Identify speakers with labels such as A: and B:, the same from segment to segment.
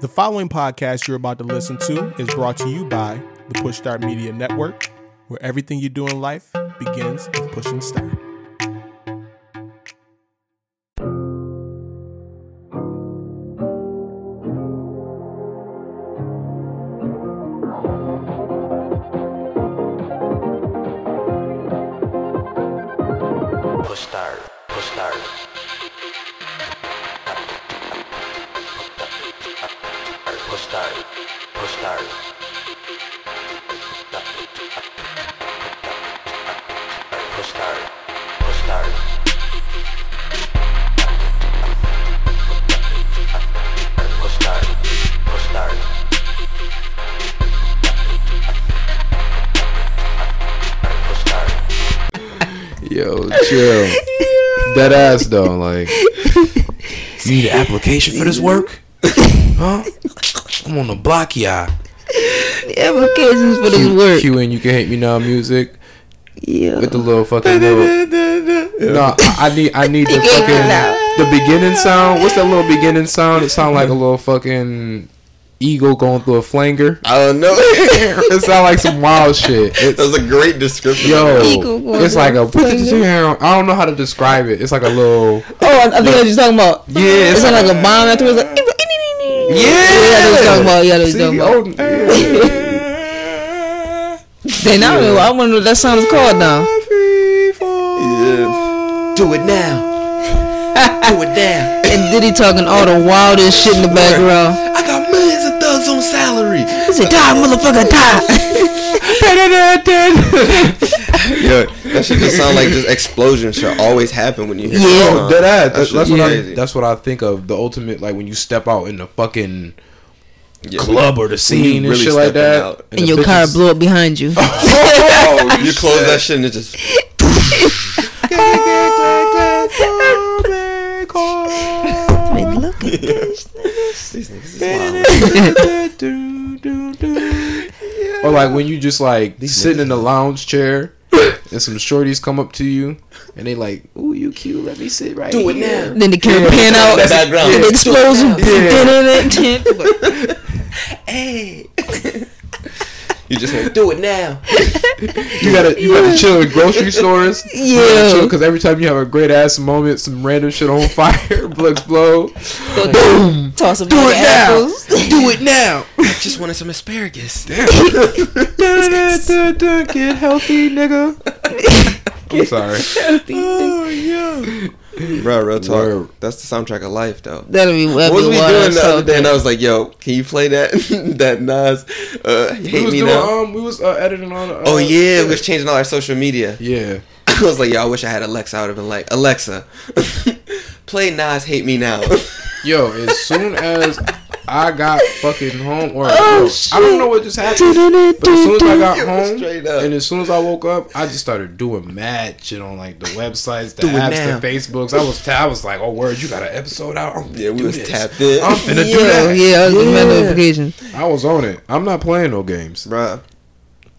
A: The following podcast you're about to listen to is brought to you by the Push Start Media Network, where everything you do in life begins with pushing start.
B: Push start. Push start. Push start. Push start. Push start. Push start. Push start. Push start. Push start.
C: Yo, chill. Dead ass though, like you need an application for this work? Huh? I'm on the block, yeah.
D: The applications for this work.
C: Q and you can hate me now music
D: yeah.
C: with the little fucking little. No, I, I need I need the
D: Hate me now.
C: fucking the beginning sound. What's that little beginning sound? It sound like a little fucking eagle going through a flanger.
E: I don't know.
C: It sound like some wild shit. It's,
E: That's a great description.
D: Eagle
C: yo,
D: going
C: it's like a.
D: through a flanger.
C: I don't know how to describe it. It's like a little.
D: Oh, I, I think I was talking about.
C: Yeah,
D: It
C: it's
D: sounded
C: like-
D: like a bomb afterwards. Like, yeah. I know what you're talking about. Yeah, I know what you're talking about. Then now I know- I wonder what that sound is called now.
C: Do it now. Do it now.
D: And Diddy talking all the wildest shit in the background.
C: I got millions of thugs on salary.
D: He said, "Die, motherfucker, die."
E: Yo, that shit just sound like just explosion should always happen when you hear
D: Yeah.
E: that
C: Yo,
E: song.
C: Oh, dead ass. That's,
E: That shit
C: that's what I.
E: crazy.
C: That's what I think of. The ultimate, like when you step out in the fucking
E: Yeah, when-
C: club or the scene and
E: really
C: shit like
E: stepping
C: that,
E: out.
D: and
C: the
D: your car
C: bitches-
D: blew up behind you.
E: Oh, you close that shit and it just.
D: Like, look at
E: These niggas is wild.
C: Or like when you just like sitting in the lounge chair and some shorties come up to you and they like, "Ooh, you cute. Let me sit right Do here."
D: that. Then the camera pan out.
E: That background.
D: And the explosion. Yeah.
E: You just hear, do it.
C: You gotta you gotta chill in grocery stores. You gotta
D: Yeah.
C: chill because every time you have a great ass moment, some random shit on fire will explode.
D: Toss some
C: Do it now.
D: apples.
C: Do it now.
E: I just wanted some asparagus.
C: Get healthy, nigga. I'm sorry.
E: Bro, real talk.
C: Word.
E: That's the soundtrack of life, though.
D: That'll be
E: What
D: that'll
E: was
D: be
E: we
D: wild
E: doing
D: as
E: the other
D: hell.
E: day? And I was like, "Yo, can you play that that Nas uh,
C: We
E: Hate
C: was
E: Me
C: doing,
E: Now?"
C: um, we was uh, editing on. Uh,
E: Oh yeah, we was changing all our social media.
C: yeah.
E: I was like, "Yo, I wish I had Alexa." I would have been like, "Alexa, play Nas Hate Me Now."
C: Yo, as soon as I got fucking home,
E: Oh,
C: or yo, I don't know what just happened, but as soon as I got
E: Yo,
C: home,
E: straight up.
C: and as soon as I woke up, I just started doing mad shit on like the websites, the
E: Do it
C: apps,
E: now.
C: the Facebooks. I was, I was like, oh word, you got an episode out? I'm gonna
E: Yeah, we
C: do
E: was
C: this.
E: tapped in.
C: I'm finna do
D: Yeah,
C: that.
D: yeah, I was getting my notification.
C: I was on it. I'm not playing no games.
E: Bruh.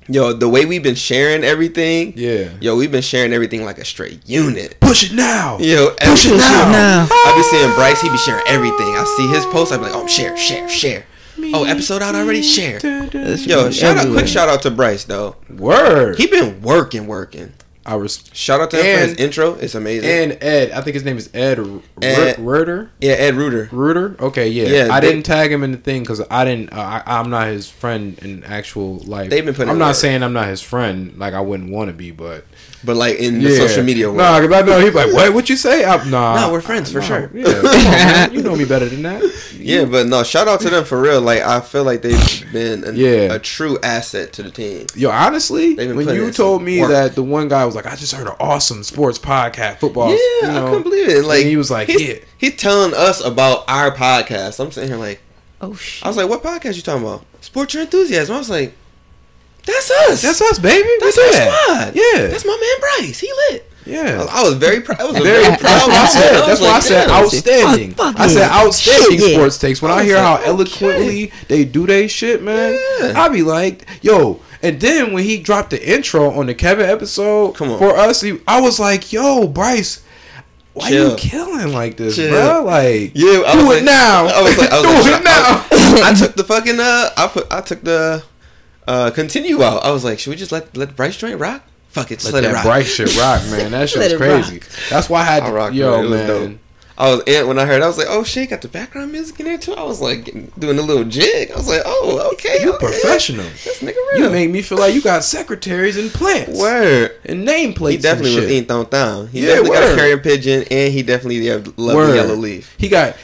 E: Yo, the way we've been sharing everything.
C: Yeah.
E: Yo, we've been sharing everything like a straight unit.
C: Push it now.
E: Yo,
C: Push it now.
D: Now.
E: I be seeing Bryce, he be sharing everything. I see his post, I be like, oh, share, share, share. Oh, episode out already? Share. Yo, shout out, quick shout out to Bryce, though.
C: Word.
E: He been working, working.
C: I was.
E: Shout out to him for
C: And-
E: his intro. It's amazing.
C: And Ed, I think his name is Ed R-
E: Ed.
C: Rutter.
E: yeah, Ed Reuter.
C: Reuter? Okay, yeah.
E: Yeah,
C: I
E: they-
C: didn't tag him in the thing because I didn't. Uh, I, I'm not his friend in actual life.
E: They've been putting
C: I'm
E: in
C: not
E: work.
C: saying I'm not his friend. Like I wouldn't want to be, but
E: But, like, in the social media world.
C: Nah, because I know he's like, what? What you say? I'm, nah,
E: Nah, we're friends, for sure.
C: Yeah, come on, man. You know me better than that.
E: yeah, but no, shout out to them for real. Like, I feel like they've been an,
C: Yeah.
E: a true asset to the team.
C: Yo, honestly,
E: They've been
C: when
E: putting
C: you
E: in
C: told
E: some
C: me
E: work.
C: that the one guy was like, I just heard an awesome sports podcast, football.
E: Yeah,
C: you know,
E: I couldn't believe it. Like
C: and he was like,
E: he's,
C: yeah.
E: he's telling us about our podcast. I'm sitting here like,
D: Oh
E: I
D: shit.
E: was like, what podcast you talking about? Sports Your Enthusiasm. I was like, that's us.
C: That's us, baby. We
E: That's
C: do
E: our
C: that.
E: squad.
C: Yeah,
E: That's my man Bryce. He lit.
C: yeah.
E: I was, I was very proud. I was a
C: Very
E: very
C: that's
E: proud.
C: what I said.
E: was
C: That's why I
E: like,
C: said
E: damn.
C: outstanding.
D: Fuck
C: I said
D: yeah.
C: outstanding
D: Shit, yeah.
C: sports takes. When I hear how
E: Okay.
C: eloquently they do their shit, man,
E: Yeah.
C: I be like, yo. And then when he dropped the intro on the Kevin episode
E: Come on.
C: for us, he- I was like, yo, Bryce. Why
E: Chill.
C: you killing like this,
E: Chill.
C: bro? Like,
E: Yeah, I
C: do it
E: was like-
C: now.
E: I was like, I was
C: do
E: like,
C: it
E: shout- I-
C: now.
E: I took the fucking uh, I put I took the uh continue out. I was like, should we just let let Bryce joint rock? Fuck it, just
C: Let
E: let,
C: that
E: it rock.
C: bright shit rock, man. That
D: Let
C: shit's
D: it
C: crazy.
D: rock.
C: That's why I had
E: I
C: to,
E: rocked
C: yo,
E: it. It was dope.
C: man.
E: I was and when I heard, I was like, oh shit, got the background music in there too. I was like getting- doing a little jig. I was like, oh okay,
C: You
E: okay.
C: professional.
E: This nigga
C: You
E: real.
C: made me feel like you got secretaries and plants
E: Word.
C: and nameplates.
E: He definitely
C: and
E: was
C: shit.
E: eating thon thon. He
C: Yeah,
E: definitely got
C: word.
E: a carrier pigeon, and he definitely loved the
C: Word.
E: yellow leaf.
C: He got.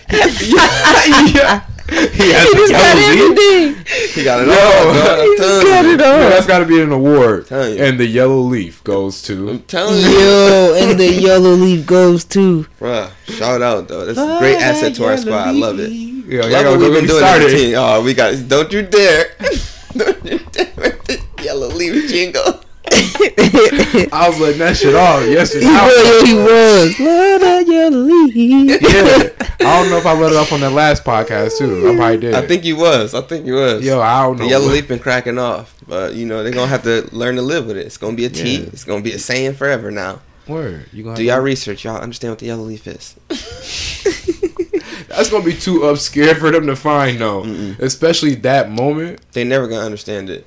C: yeah. He has
D: He
C: the
D: just got
C: yellow leaf.
D: everything.
E: He got it
C: Yo.
E: all. dog. I'm
D: He
E: telling
D: just got
E: you.
D: it
C: Yo,
D: all.
C: that's got to be an award.
E: Tell you.
C: And the yellow leaf goes to.
E: I'm telling you.
D: Yo, and the yellow leaf goes too.
E: Bruh, shout out though. That's a great asset to our squad. I love it.
C: Yo,
E: Love
C: Oh, y'all
E: what
C: gonna
E: we've been
C: get
E: doing as a
C: started.
E: team. Oh, we got. Don't you dare! don't you dare! with the Yellow leaf jingle.
D: he
C: I was letting that shit off yesterday.
D: was, he was. Love that yellow leaf.
C: yeah. I don't know if I let it off on that last podcast too. I probably did.
E: I think you was. I think you was.
C: Yo, I don't know.
E: the yellow leaf been cracking off, but you know they're gonna have to learn to live with it. It's gonna be a tea.
C: Yeah. Uh-huh.
E: It's gonna be a saying forever now.
C: Word. You gonna
E: Do
C: have
E: y'all research? Y'all understand what the yellow leaf is?
C: to- That's gonna be too obscure for them to find though,
E: Mm-mm.
C: especially that moment.
E: They never gonna understand it,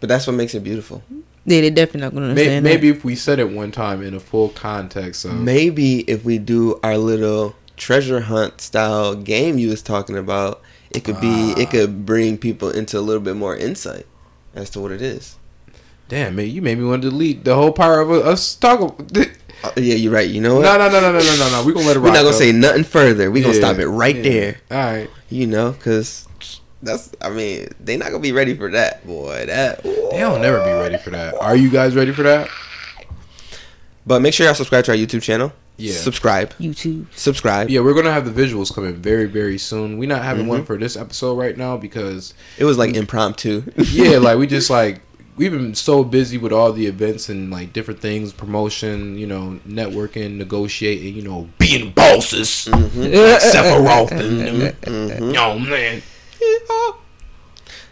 E: but that's what makes it beautiful.
D: Yeah, they definitely not gonna
C: May-
D: understand.
C: maybe if we said it one time in a full context of
E: Maybe if we do our little treasure hunt style game you was talking about, it could be
C: Ah.
E: it could bring people into a little bit more insight as to what it is.
C: damn man, you made me want to delete the whole power of us talk. ab-
E: Uh, yeah, you're right. You know what?
C: No, no, no, no, no, no, no, no. We gonna let it
E: We're
C: rock.
E: not gonna
C: though.
E: say nothing further. We're gonna
C: Yeah,
E: stop it right
C: yeah.
E: there.
C: All right.
E: You know, cause that's I mean they not gonna be ready for that, boy. That.
C: They'll never be ready for that. Are you guys ready for that?
E: But make sure y'all subscribe to our YouTube channel.
C: Yeah.
E: Subscribe.
D: YouTube.
E: Subscribe.
C: Yeah, we're gonna have the visuals coming very, very soon. We're not having
E: Mhm.
C: one for this episode right now because
E: It was like impromptu.
C: yeah, like we just like we've been so busy with all the events and like different things, promotion, you know, networking, negotiating, you know, being bosses,
E: Mm-hmm.
C: Sephiroth, and
E: Mhm.
C: them. Yo, man.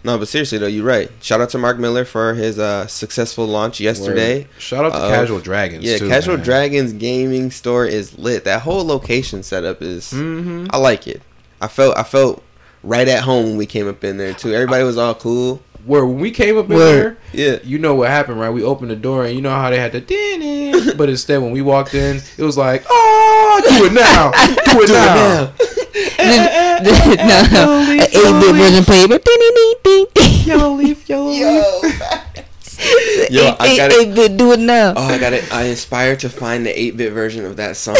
E: No, but seriously though, you're right. Shout out to Mark Miller for his uh, successful launch yesterday.
C: Word. Shout out to
E: Uh,
C: Casual Dragons.
E: Yeah,
C: too,
E: Casual
C: man.
E: Dragons gaming store is lit. That whole location setup is
C: Mhm.
E: I like it. I felt I felt right at home when we came up in there too. Everybody was all cool.
C: Where when we came up in
D: Word.
C: there,
E: Yeah.
C: you know what happened, right? We opened the door and you know how they had the din in, but instead when we walked in, it was like, oh, do it now, do it now.
D: Then- then- no, an eight-bit version played. but ding, ding, ding, ding, ding.
E: Yo. Yo,
D: Eight-
E: I got
D: eight-
E: it.
D: eight-bit, do it now.
E: Oh, I got it. I inspired to find the 8-bit version of that song.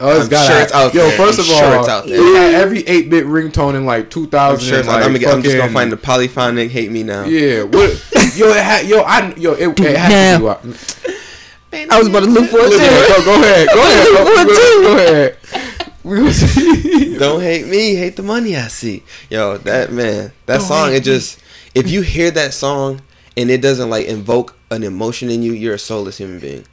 C: Oh, it's
E: I'm
C: got
E: sure it's out
C: Yo,
E: there.
C: first
E: I'm
C: of all,
E: sure it's out there.
C: we had every eight bit ringtone in like two
E: I'm,
C: thousand.
E: sure it's-
C: like,
E: I'm, gonna- I'm just gonna
C: fucking-
E: find the polyphonic "Hate Me Now."
C: Yeah, what? yo, it had yo, I yo, it, it had to be. out. Look,
D: I was about to look for it
C: look, Go,
D: too.
C: go ahead, go ahead, go, go, go ahead. We will see.
E: Don't hate me, hate the money I see. Yo, that man, that
C: Don't
E: song,
C: hate
E: it just if you hear that song and it doesn't like invoke an emotion in you, you're a soulless human being.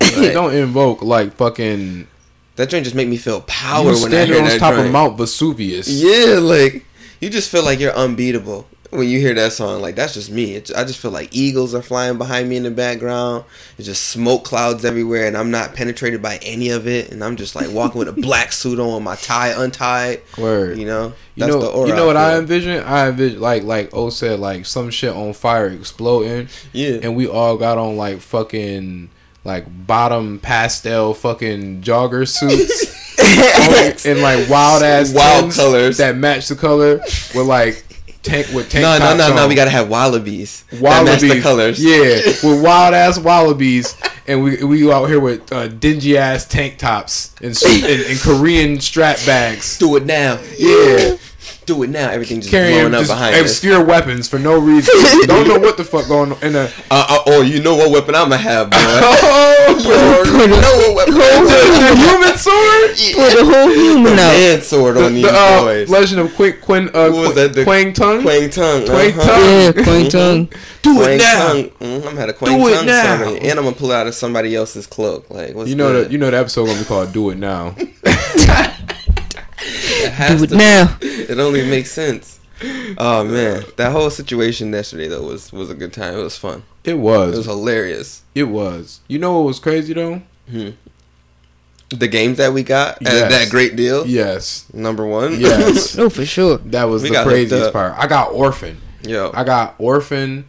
E: Like,
C: Don't invoke like fucking.
E: that joint just make me feel power
C: You
E: when I
C: standing
E: hear
C: on
E: that
C: top
E: joint.
C: of Mount Vesuvius.
E: Yeah, like you just feel like you're unbeatable when you hear that song. Like that's just me. It's, I just feel like eagles are flying behind me in the background. There's just smoke clouds everywhere, and I'm not penetrated by any of it. And I'm just like walking with a black suit on, my tie untied.
C: Word.
E: You know,
C: You know, you know what I
E: feel.
C: envision? I envision like like O said, like some shit on fire exploding,
E: Yeah.
C: and we all got on like fucking like bottom pastel fucking jogger suits Oh, and like wild ass
E: Wild
C: tents
E: colors.
C: that match the color with like tank with tank.
E: No, no,
C: tops
E: no, no.
C: on.
E: We gotta have wallabies. Wallabies.
C: wallabies.
E: That match the colors.
C: Yeah, with wild ass wallabies, and we we out here with uh, dingy ass tank tops and, and and Korean strap bags.
E: Do it now.
C: Yeah
E: Do it now. Everything just
C: carrying
E: blowing up
C: just
E: behind us.
C: obscure weapons for no reason. Don't know what the fuck going on. In a,
E: Uh, uh, oh, you know what weapon I'ma have, boy.
C: oh,
E: you know what weapon.
C: the,
E: I'ma
C: the
E: have.
C: human sword.
D: Put the whole human out.
E: Man sword
C: The,
E: on these
C: the, uh,
E: boys.
C: Legend of Quin, Quin, uh,
E: What was
C: Quin-
E: that, the-
C: Quang Tongue.
E: Quang tongue.
C: Quang tongue.
D: Yeah, point tongue.
C: Do
E: Quang
C: it now.
E: tongue. Mm, I'm gonna have a quang
C: Do it
E: tongue
C: now.
E: sound on you. and I'm gonna pull it out of somebody else's cloak. Like what's
C: You know
E: good?
C: the you know the episode gonna be called "Do It Now."
E: It has
D: Do it
E: to-
D: now.
E: It only makes sense. Oh man, that whole situation yesterday though was was a good time. It was fun.
C: It
E: It was
C: was.
E: hilarious.
C: It was. You know what was crazy though?
E: Hmm. The games that we got at
C: Yes.
E: that great deal.
C: Yes.
E: Number one.
C: Yes.
D: Oh, for sure.
C: That was
E: We
C: the
E: got hooked
C: craziest
E: up.
C: part. I got orphan.
E: Yo.
C: I got orphan,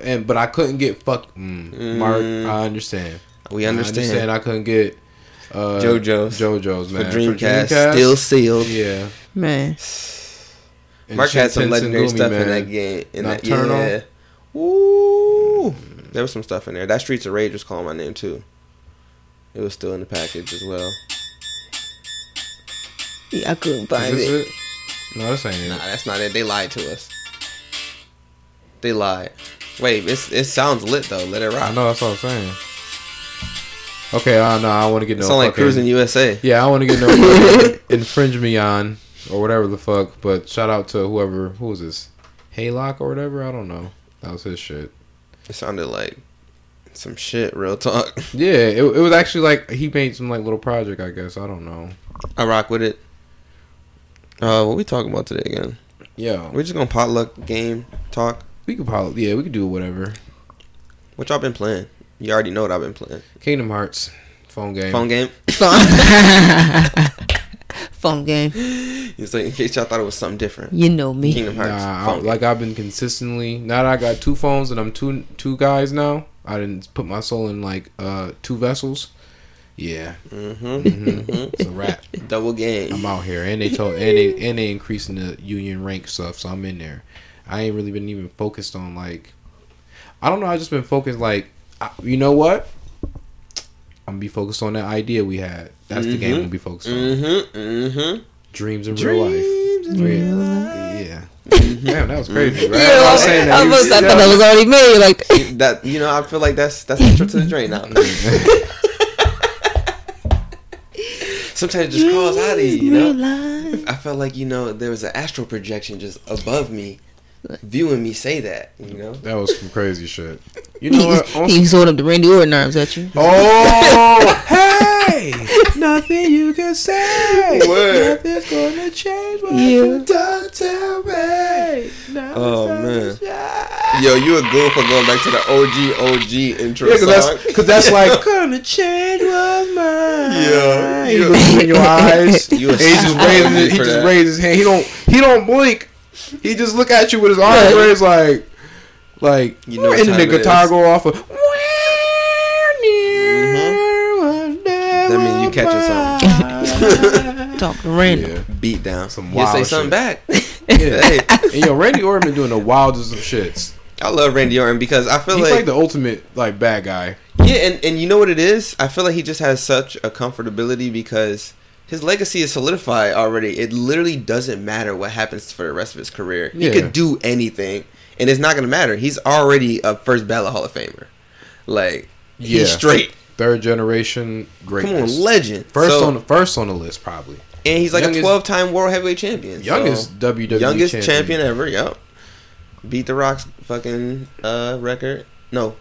C: and but I couldn't get fuck. Mm, Mark,
E: Mm.
C: I understand.
E: we
C: I
E: understand.
C: understand. I couldn't get uh,
E: JoJo's.
C: JoJo's
E: for
C: man
E: Dreamcast, still sealed.
C: yeah.
D: Man.
C: And
E: Mark had some
C: Shinsen
E: legendary
C: Gumi,
E: stuff
C: man.
E: in that game. In that,
C: Nocturnal.
E: yeah. Ooh. There was some stuff in there. That Streets of Rage was calling my name too. It was still in the package as well.
D: Yeah, I couldn't
C: Is
D: find
C: this
D: it.
C: it? No, this ain't
E: Nah,
C: it.
E: that's not it. They lied to us. They lied. Wait, it's, it sounds lit though. Let it
C: I
E: rock.
C: know that's what I'm saying. Okay, I know. I want to get no.
E: It's sound like
C: fucking-
E: Cruising USA.
C: Yeah, I want to get no fucking infringement on or whatever the fuck. But shout out to whoever who was this Haylock or whatever. I don't know. That was his shit.
E: It sounded like some shit. Real talk.
C: Yeah, it, it was actually like he made some like little project. I guess I don't know.
E: I rock with it. Uh, what we talking about today again?
C: Yeah,
E: We're just gonna potluck game talk.
C: we could probably yeah we could do whatever.
E: What y'all been playing? You already know what I've been playing.
C: Kingdom Hearts phone game.
E: Phone game.
D: Phone game.
E: It's like in case y'all thought it was something different.
D: You know me.
E: Kingdom Hearts.
C: Nah, I,
E: phone
C: like I've been consistently. Now that I got two phones and I'm two two guys now. I didn't put my soul in like uh two vessels. Yeah,
E: Mm-hmm.
C: Mm-hmm. it's a wrap.
E: game. Double game.
C: I'm out here, and they told and they and they increasing the union rank stuff, so I'm in there. I ain't really been even focused on like, I don't know. I just been focused like, I, you know what? I'm gonna be focused on that idea we had. That's the game we'll be focused on.
E: Mm-hmm. Mm-hmm.
C: Dreams in real life. Yeah. yeah. Damn, that was crazy. Right?
D: Yeah,
C: I was saying that.
D: I, was, I thought that was already made. Like,
E: That you know, I feel like that's that's the trip to the drain now. Sometimes it just crawls out of you, you know.
D: realize.
E: I felt like you know there was an astral projection just above me, viewing me say that. You know,
C: That was some crazy shit. You know what?
D: He,
C: On-
D: he's holding up the Randy Orton arms at you.
C: oh, hey! Nothing you can say.
E: Word.
C: Nothing's gonna change what
D: Yeah.
C: you done to me. Now
E: Oh,
C: it's time to shine.
E: yo, you a goon for going back to the OG OG intro
C: Yeah, cause that's, cause that's like gonna change was mine.
E: Yeah.
C: he looking in your eyes.
E: You a
C: and he just
E: stupid
C: raises
E: idiot
C: it, he
E: for
C: just
E: that.
C: raises his hand. He don't he don't blink. He just look at you with his arms
D: Right.
C: raised like like
E: You know what
C: and then
E: time
C: the
E: it
C: guitar
E: is.
C: go off of That
E: Mm-hmm. That mean you catching
C: something.
D: Talk to Randy.
C: yeah.
E: beat down.
C: Some
E: you say
C: wild
E: something
C: shit.
E: back.
C: yeah.
E: hey,
C: And yo, Randy Orton been doing the wildest of shits.
E: I love Randy Orton because I feel
C: He's
E: like,
C: like the ultimate like bad guy.
E: yeah, and and you know what it is. I feel like he just has such a comfortability because. His legacy is solidified already. It literally doesn't matter what happens for the rest of his career. He
C: Yeah.
E: could do anything, and it's not going to matter. He's already a first ballot Hall of Famer. Like,
C: Yeah.
E: he's straight.
C: Third generation
E: Come on,
C: greatness.
E: legend.
C: First
E: So-
C: on the first on the list, probably
E: and he's like
C: youngest-
E: a twelve-time world heavyweight champion.
C: youngest
E: so-
C: WWE
E: youngest
C: champion.
E: champion. ever. Yep. Beat the Rock's fucking uh, record. No,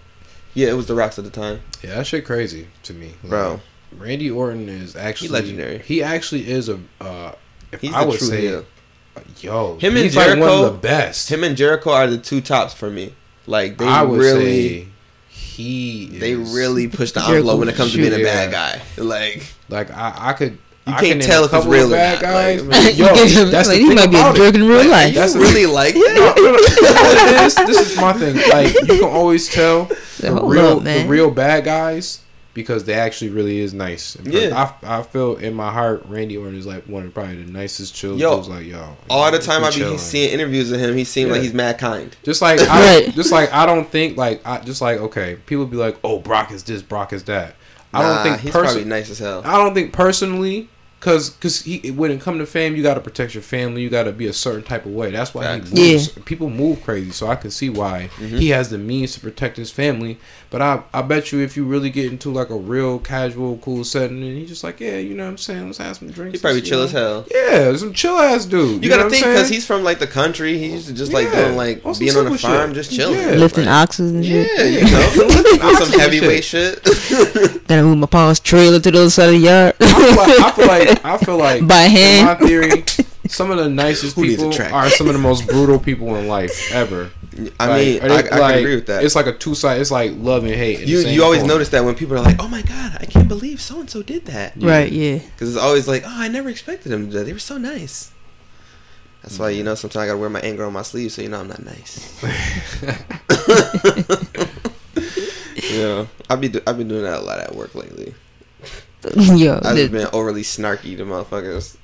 E: yeah, it was the Rocks at the time,
C: Yeah, that shit crazy to me, Like,
E: bro.
C: Randy Orton is actually
E: legendary.
C: He actually is a. Uh, if
E: He's
C: I
E: the
C: would
E: true
C: say,
E: heel.
C: yo,
E: Him and
C: he's like one
E: Jericho-
C: of the best.
E: Him and Jericho are the two tops for me. Like they
C: I would
E: really,
C: say he. Is,
E: they really push the
D: Jericho
E: envelope when it comes to being a
C: Yeah.
E: bad guy. Like
C: like. I, I could.
E: You
C: I
E: can't
C: can name
E: tell
C: a
E: if it's
C: couple of
E: real or
C: bad
E: not,
C: guys.
E: like,
C: Yo, that's
D: Like,
C: the
D: he
C: thing
D: might be a
C: about it.
D: jerk in real
E: like,
D: life.
E: you
C: That's the-
E: really like
C: this, this is my thing. Like you can always tell the
D: Hold
C: real
D: up, man.
C: the real bad guys because they actually really is nice. And
E: Yeah.
C: I, I feel in my heart, Randy Orton is like one of probably the nicest chill.
E: Yo,
C: dudes, like yo,
E: all the
C: we
E: time. I be
C: chilling.
E: seeing interviews of him. He seemed like
C: Yeah.
E: he's mad kind.
C: Just like I,
D: Right.
C: just like I don't think like I just like okay, people be like, oh, Brock is this, Brock is that. I
E: Nah,
C: don't think
E: he's
C: person.
E: probably nice as hell.
C: I don't think personally, cause cause he when it come to fame, you got to protect your family. You got to be a certain type of way. That's why
E: Facts. Mm-hmm.
C: he moves. people move crazy. So I can see why he has the means to protect his family. But I I bet you if you really get into like a real casual cool setting, and he's just like, yeah, you know what I'm saying, let's have some drinks.
E: He probably
C: and shit,
E: chill
C: you
E: as
C: know?
E: hell.
C: Yeah, some chill ass dude.
E: You,
C: know
E: gotta
C: what
E: think
C: I'm
E: because
C: saying?
E: he's from like the country. He used to just like
C: Yeah.
E: doing like
C: On some
E: being on
C: simple
E: a farm,
C: shit.
E: just chilling,
C: Yeah.
D: Lifting
E: Like,
D: oxes and shit.
E: yeah, you know, on some heavyweight shit.
D: Gotta move my pa's trailer to the other side of the yard.
C: I feel like I feel like, I feel like
D: By
C: in
D: hand.
C: my theory, some of the nicest
E: Who needs a
C: people
E: track?
C: are some of the most brutal people in life ever.
E: I
C: Like,
E: mean,
C: are
E: I,
C: they,
E: I can
C: like,
E: agree with that.
C: It's like a two side. It's like love and hate. in the
E: you
C: same
E: you always
C: coin.
E: notice that when people are like, "Oh my god, I can't believe so and so did that,"
D: Right, yeah.
E: because it's always like, "Oh, I never expected them to do that. They were so nice." That's why you know sometimes I gotta wear my anger on my sleeve so you know I'm not nice. yeah, I've been do- I've been doing that a lot at work lately.
D: Yo,
E: I've
D: the-
E: just been overly snarky to motherfuckers.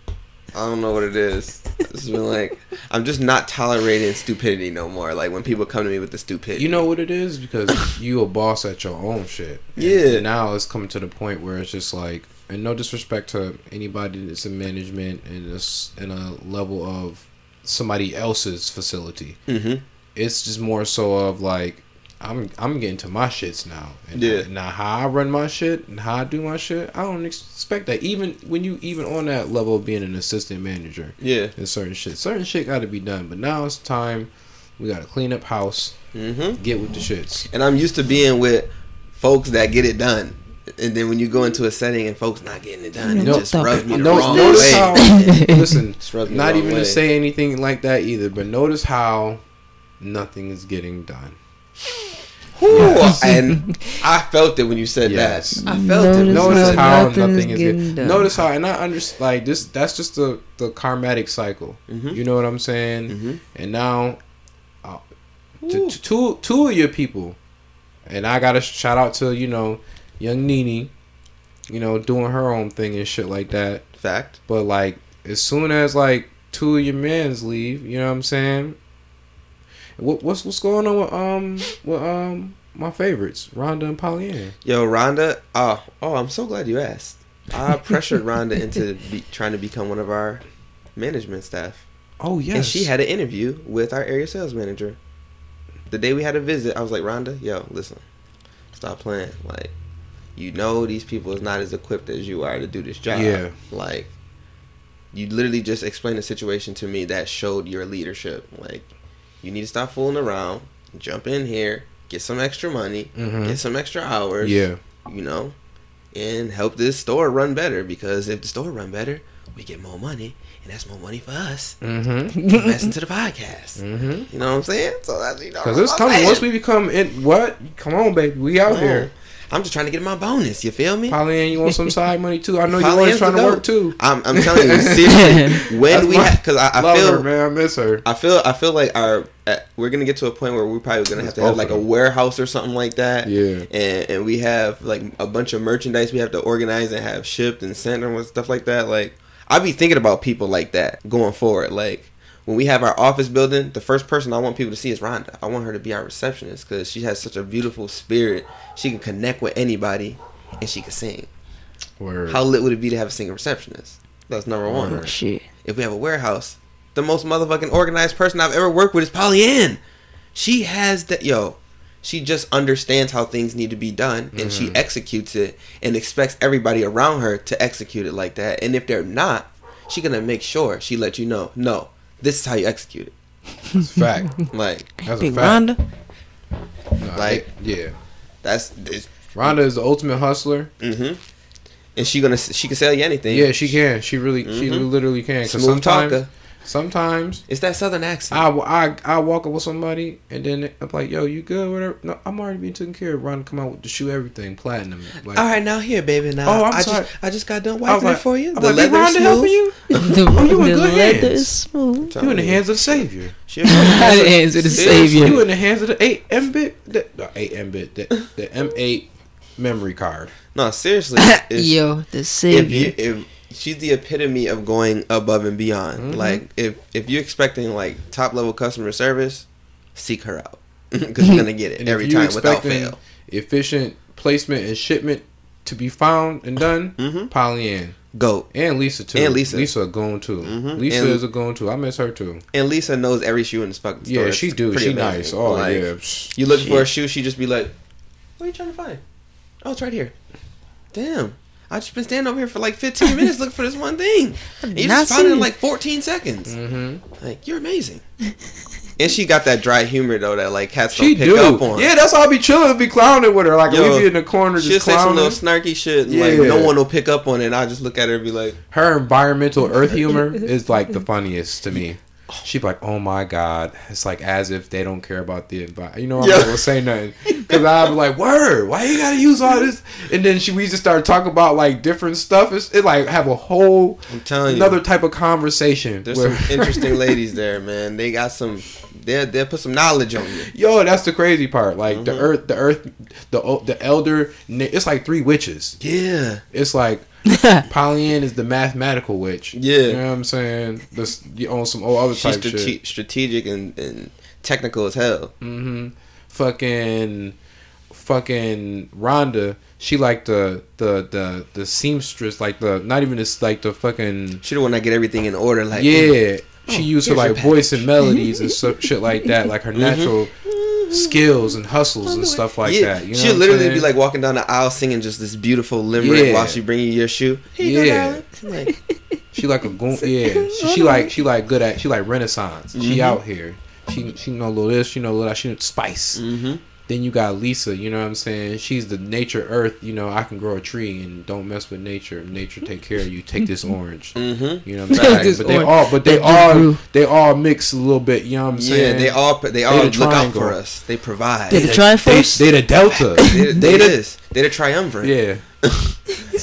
E: I don't know what it is. It's been like I'm just not tolerating stupidity no more. Like when people come to me with the stupidity,
C: You know what it is because you a boss at your own shit. And
E: Yeah.
C: now it's coming to the point where it's just like, and no disrespect to anybody that's in management and it's in a level of somebody else's facility.
E: hmm
C: It's just more so of like, I'm I'm getting to my shits now. And
E: Yeah.
C: now how I run my shit and how I do my shit, I don't expect that. Even when you even on that level of being an assistant manager
E: Yeah.
C: and certain shit, certain shit got to be done. But now it's time. We got to clean up house,
E: hmm
C: get with the shits.
E: and I'm used to being with folks that get it done. And then when you go into a setting and folks not getting it done, it
C: No,
E: just rubs me the
C: No-
E: wrong
C: notice
E: way.
C: how- listen,
E: Just rubs me the
C: not
E: wrong
C: even
E: way.
C: to say anything like that either, but notice how nothing is getting done.
E: Whew, and I felt it when you said
C: Yes.
E: that. I felt it. when you
D: Notice
C: Notice
E: said
C: how
D: nothing
C: nothing,
D: is
C: is
D: getting
C: getting,
D: done.
C: Notice how, and I understand. Like this, that's just the the karmatic cycle.
E: Mhm.
C: You know what I'm saying?
E: Mhm.
C: And now, uh, t-
E: Ooh.
C: t- two two of your people, and I got to shout out to you know, young Nene, you know, doing her own thing and shit like that.
E: Fact.
C: But like as soon as like two of your mans leave, you know what I'm saying? What, what's what's going on with um with um my favorites, Rhonda and Pollyann?
E: Yo, Rhonda. Oh, oh, I'm so glad you asked. I pressured Rhonda into be, trying to become one of our management staff.
C: Oh yes.
E: And she had an interview with our area sales manager. The day we had a visit, I was like, Rhonda, yo, listen, stop playing. Like, you know these people is not as equipped as you are to do this job.
C: Yeah.
E: Like, you literally just explained a situation to me that showed your leadership. Like, you need to stop fooling around, jump in here, get some extra money,
C: Mhm.
E: get some extra hours
C: yeah.
E: you know, and help this store run better because if the store run better, we get more money, and that's more money for us
C: Mm-hmm.
E: to invest into the podcast.
C: Mm-hmm.
E: You know what I'm saying? So that's you know
C: Cause
E: what
C: it's
E: I'm
C: coming.
E: saying.
C: Once we become in, what? Come on, baby, we out
E: Come on.
C: here.
E: I'm just trying to get my bonus. You feel me?
C: Pollyann, you want some side money too? I know you're
E: Polly
C: always
E: is
C: trying
E: the
C: to work
E: goat.
C: too.
E: I'm, I'm telling you seriously. when
C: That's
E: we,
C: my-
E: because I, I
C: Love
E: feel
C: her, man. I miss her.
E: I feel I feel like our uh, we're gonna get to a point where we're probably gonna have to have like a warehouse or something like that.
C: Yeah.
E: And and we have like a bunch of merchandise we have to organize and have shipped and sent and stuff like that. Like I be thinking about people like that going forward. Like when we have our office building, the first person I want people to see is Rhonda. I want her to be our receptionist because she has such a beautiful spirit. She can connect with anybody, and she can sing.
C: Word.
E: How lit would it be to have a singing receptionist? That's number one
D: oh, shit.
E: if we have a warehouse, the most motherfucking organized person I've ever worked with is Polly Ann. She has that yo. She just understands how things need to be done and she
C: Mm-hmm.
E: executes it and expects everybody around her to execute it like that. And if they're not, she gonna make sure she let you know, no, this is how you execute it.
C: That's a fact.
E: Like
C: That's a
D: Big
C: fact.
D: Rhonda.
C: Nah,
E: Like-
C: yeah.
E: that's this
C: Rhonda is the ultimate hustler.
E: hmm And she gonna she can sell you anything.
C: Yeah, she can. She really, she
E: Mhm.
C: literally can. Cause
E: Smooth
C: sometimes,
E: talker.
C: sometimes
E: It's that southern accent.
C: I, w- I, I walk up with somebody and then I'm like, "Yo, you good? Whatever." No, I'm already being taken care of. Ron, come out with the shoe, everything, platinum. Like,
E: All right, now here, baby. Now
C: Oh, I'm
E: I
C: sorry.
E: just I just got done
C: I was
E: wiping
C: like-
E: it for you.
C: I'm like, "Big
E: leather is
C: Rhonda helping you?
D: The,
C: you in
D: the
C: good
D: leather
C: hands.
D: is smooth.
E: Tell
C: You in the
E: me.
C: hands of the savior.
E: She a fucking
D: Out of the hands of the
E: Seriously.
D: savior.
C: You in the hands of the eight M bit, the no, eight M bit, the, the M eight memory card.
E: No, seriously. if-
D: Yo, the
E: if
D: savior.
E: you if she's the epitome of going above and beyond.
C: Mm-hmm.
E: Like if if you're expecting like top level customer service, seek her out because you're gonna get it
C: And if
E: every
C: you
E: time without
C: expecting
E: fail.
C: Efficient placement and shipment to be found and done.
E: Mhm.
C: Polly Ann
E: Go
C: and Lisa too.
E: And Lisa.
C: Lisa a gone too.
E: Mhm.
C: Lisa
E: And-
C: is a gone too. I miss her too.
E: and Lisa knows every shoe in this fucking store.
C: Yeah,
E: It's
C: she do.
E: pretty
C: She
E: amazing.
C: nice. Oh
E: Like,
C: yeah. Psh.
E: You look for a
D: Shit.
E: shoe, she just be like, "What are you trying to find? Oh, it's right here. Damn." I just been standing over here for like 15 minutes looking for this one thing. And you
D: not
E: just found it
D: seen
E: in
D: it.
E: like 14 seconds.
C: Mm-hmm.
E: Like, you're amazing. and she got that dry humor, though, that like cats don't
C: She
E: pick
C: do.
E: up on.
C: Yeah, that's why I be chilling, be clowning with her. Like
E: Yo,
C: we be in the corner
E: She'll
C: just
E: say some
C: clowning.
E: little snarky shit, and like
C: Yeah.
E: no one will pick up on it. And I just look at her and be like,
C: Her environmental earth humor is like the funniest to me. She'd be like, "Oh my god!" It's like as if they don't care about the advice. You know, I'm
E: Yeah.
C: not gonna say nothing because I'd be like, "Word, why you gotta use all this?" And then she, we just start talking about like different stuff. It's, it like have a whole
E: I'm telling you.
C: another type of conversation.
E: There's
C: where-
E: some interesting ladies there, man. They got some. They they put some knowledge on you.
C: Yo, that's the crazy part. Like
E: Mm-hmm.
C: the earth, the earth, the o- the elder. ni- It's like three witches.
E: Yeah.
C: It's like Pollyann is the mathematical witch.
E: Yeah.
C: you know what I'm saying. This you own some old other
E: She's
C: type shit.
E: strate- strategic and, and technical as hell.
C: hmm Fucking, fucking Rhonda. She like the the the the seamstress. Like the not even this like the fucking
E: She the one that get everything in order. Like mm.
C: Oh, yeah. She used her
E: here's your
C: like voice and melodies and so, shit like that. Like her
E: Mm-hmm.
C: natural skills and hustles and stuff like
E: yeah.
C: that. You know
E: She'll
C: what I'm
E: literally be
C: saying?
E: like walking down the aisle singing just this beautiful limerick
C: Yeah.
E: while she bring you your shoe.
C: yeah.
E: Like,
C: She like a goon. Yeah, she, she like she like good at. She like Renaissance.
E: Mm-hmm.
C: She out here. She she know a little this. She know a little that. She know spice.
E: Mhm.
C: Then you got Lisa. You know what I'm saying? She's the nature earth. You know I can grow a tree and don't mess with nature. Nature take care of you. Take this orange.
E: Mhm.
C: You know what I'm saying?
D: This
C: but they
D: orange
C: all but they
D: that just
C: all
D: grew.
C: they all mix a little bit. You know what I'm
E: yeah,
C: saying?
E: they all they
C: the
E: all look out
C: triangle.
E: for us. They provide.
D: Did the Triforce?
C: They the delta.
E: They,
C: they
E: they,
C: the
E: this. They the triumvirate.
C: yeah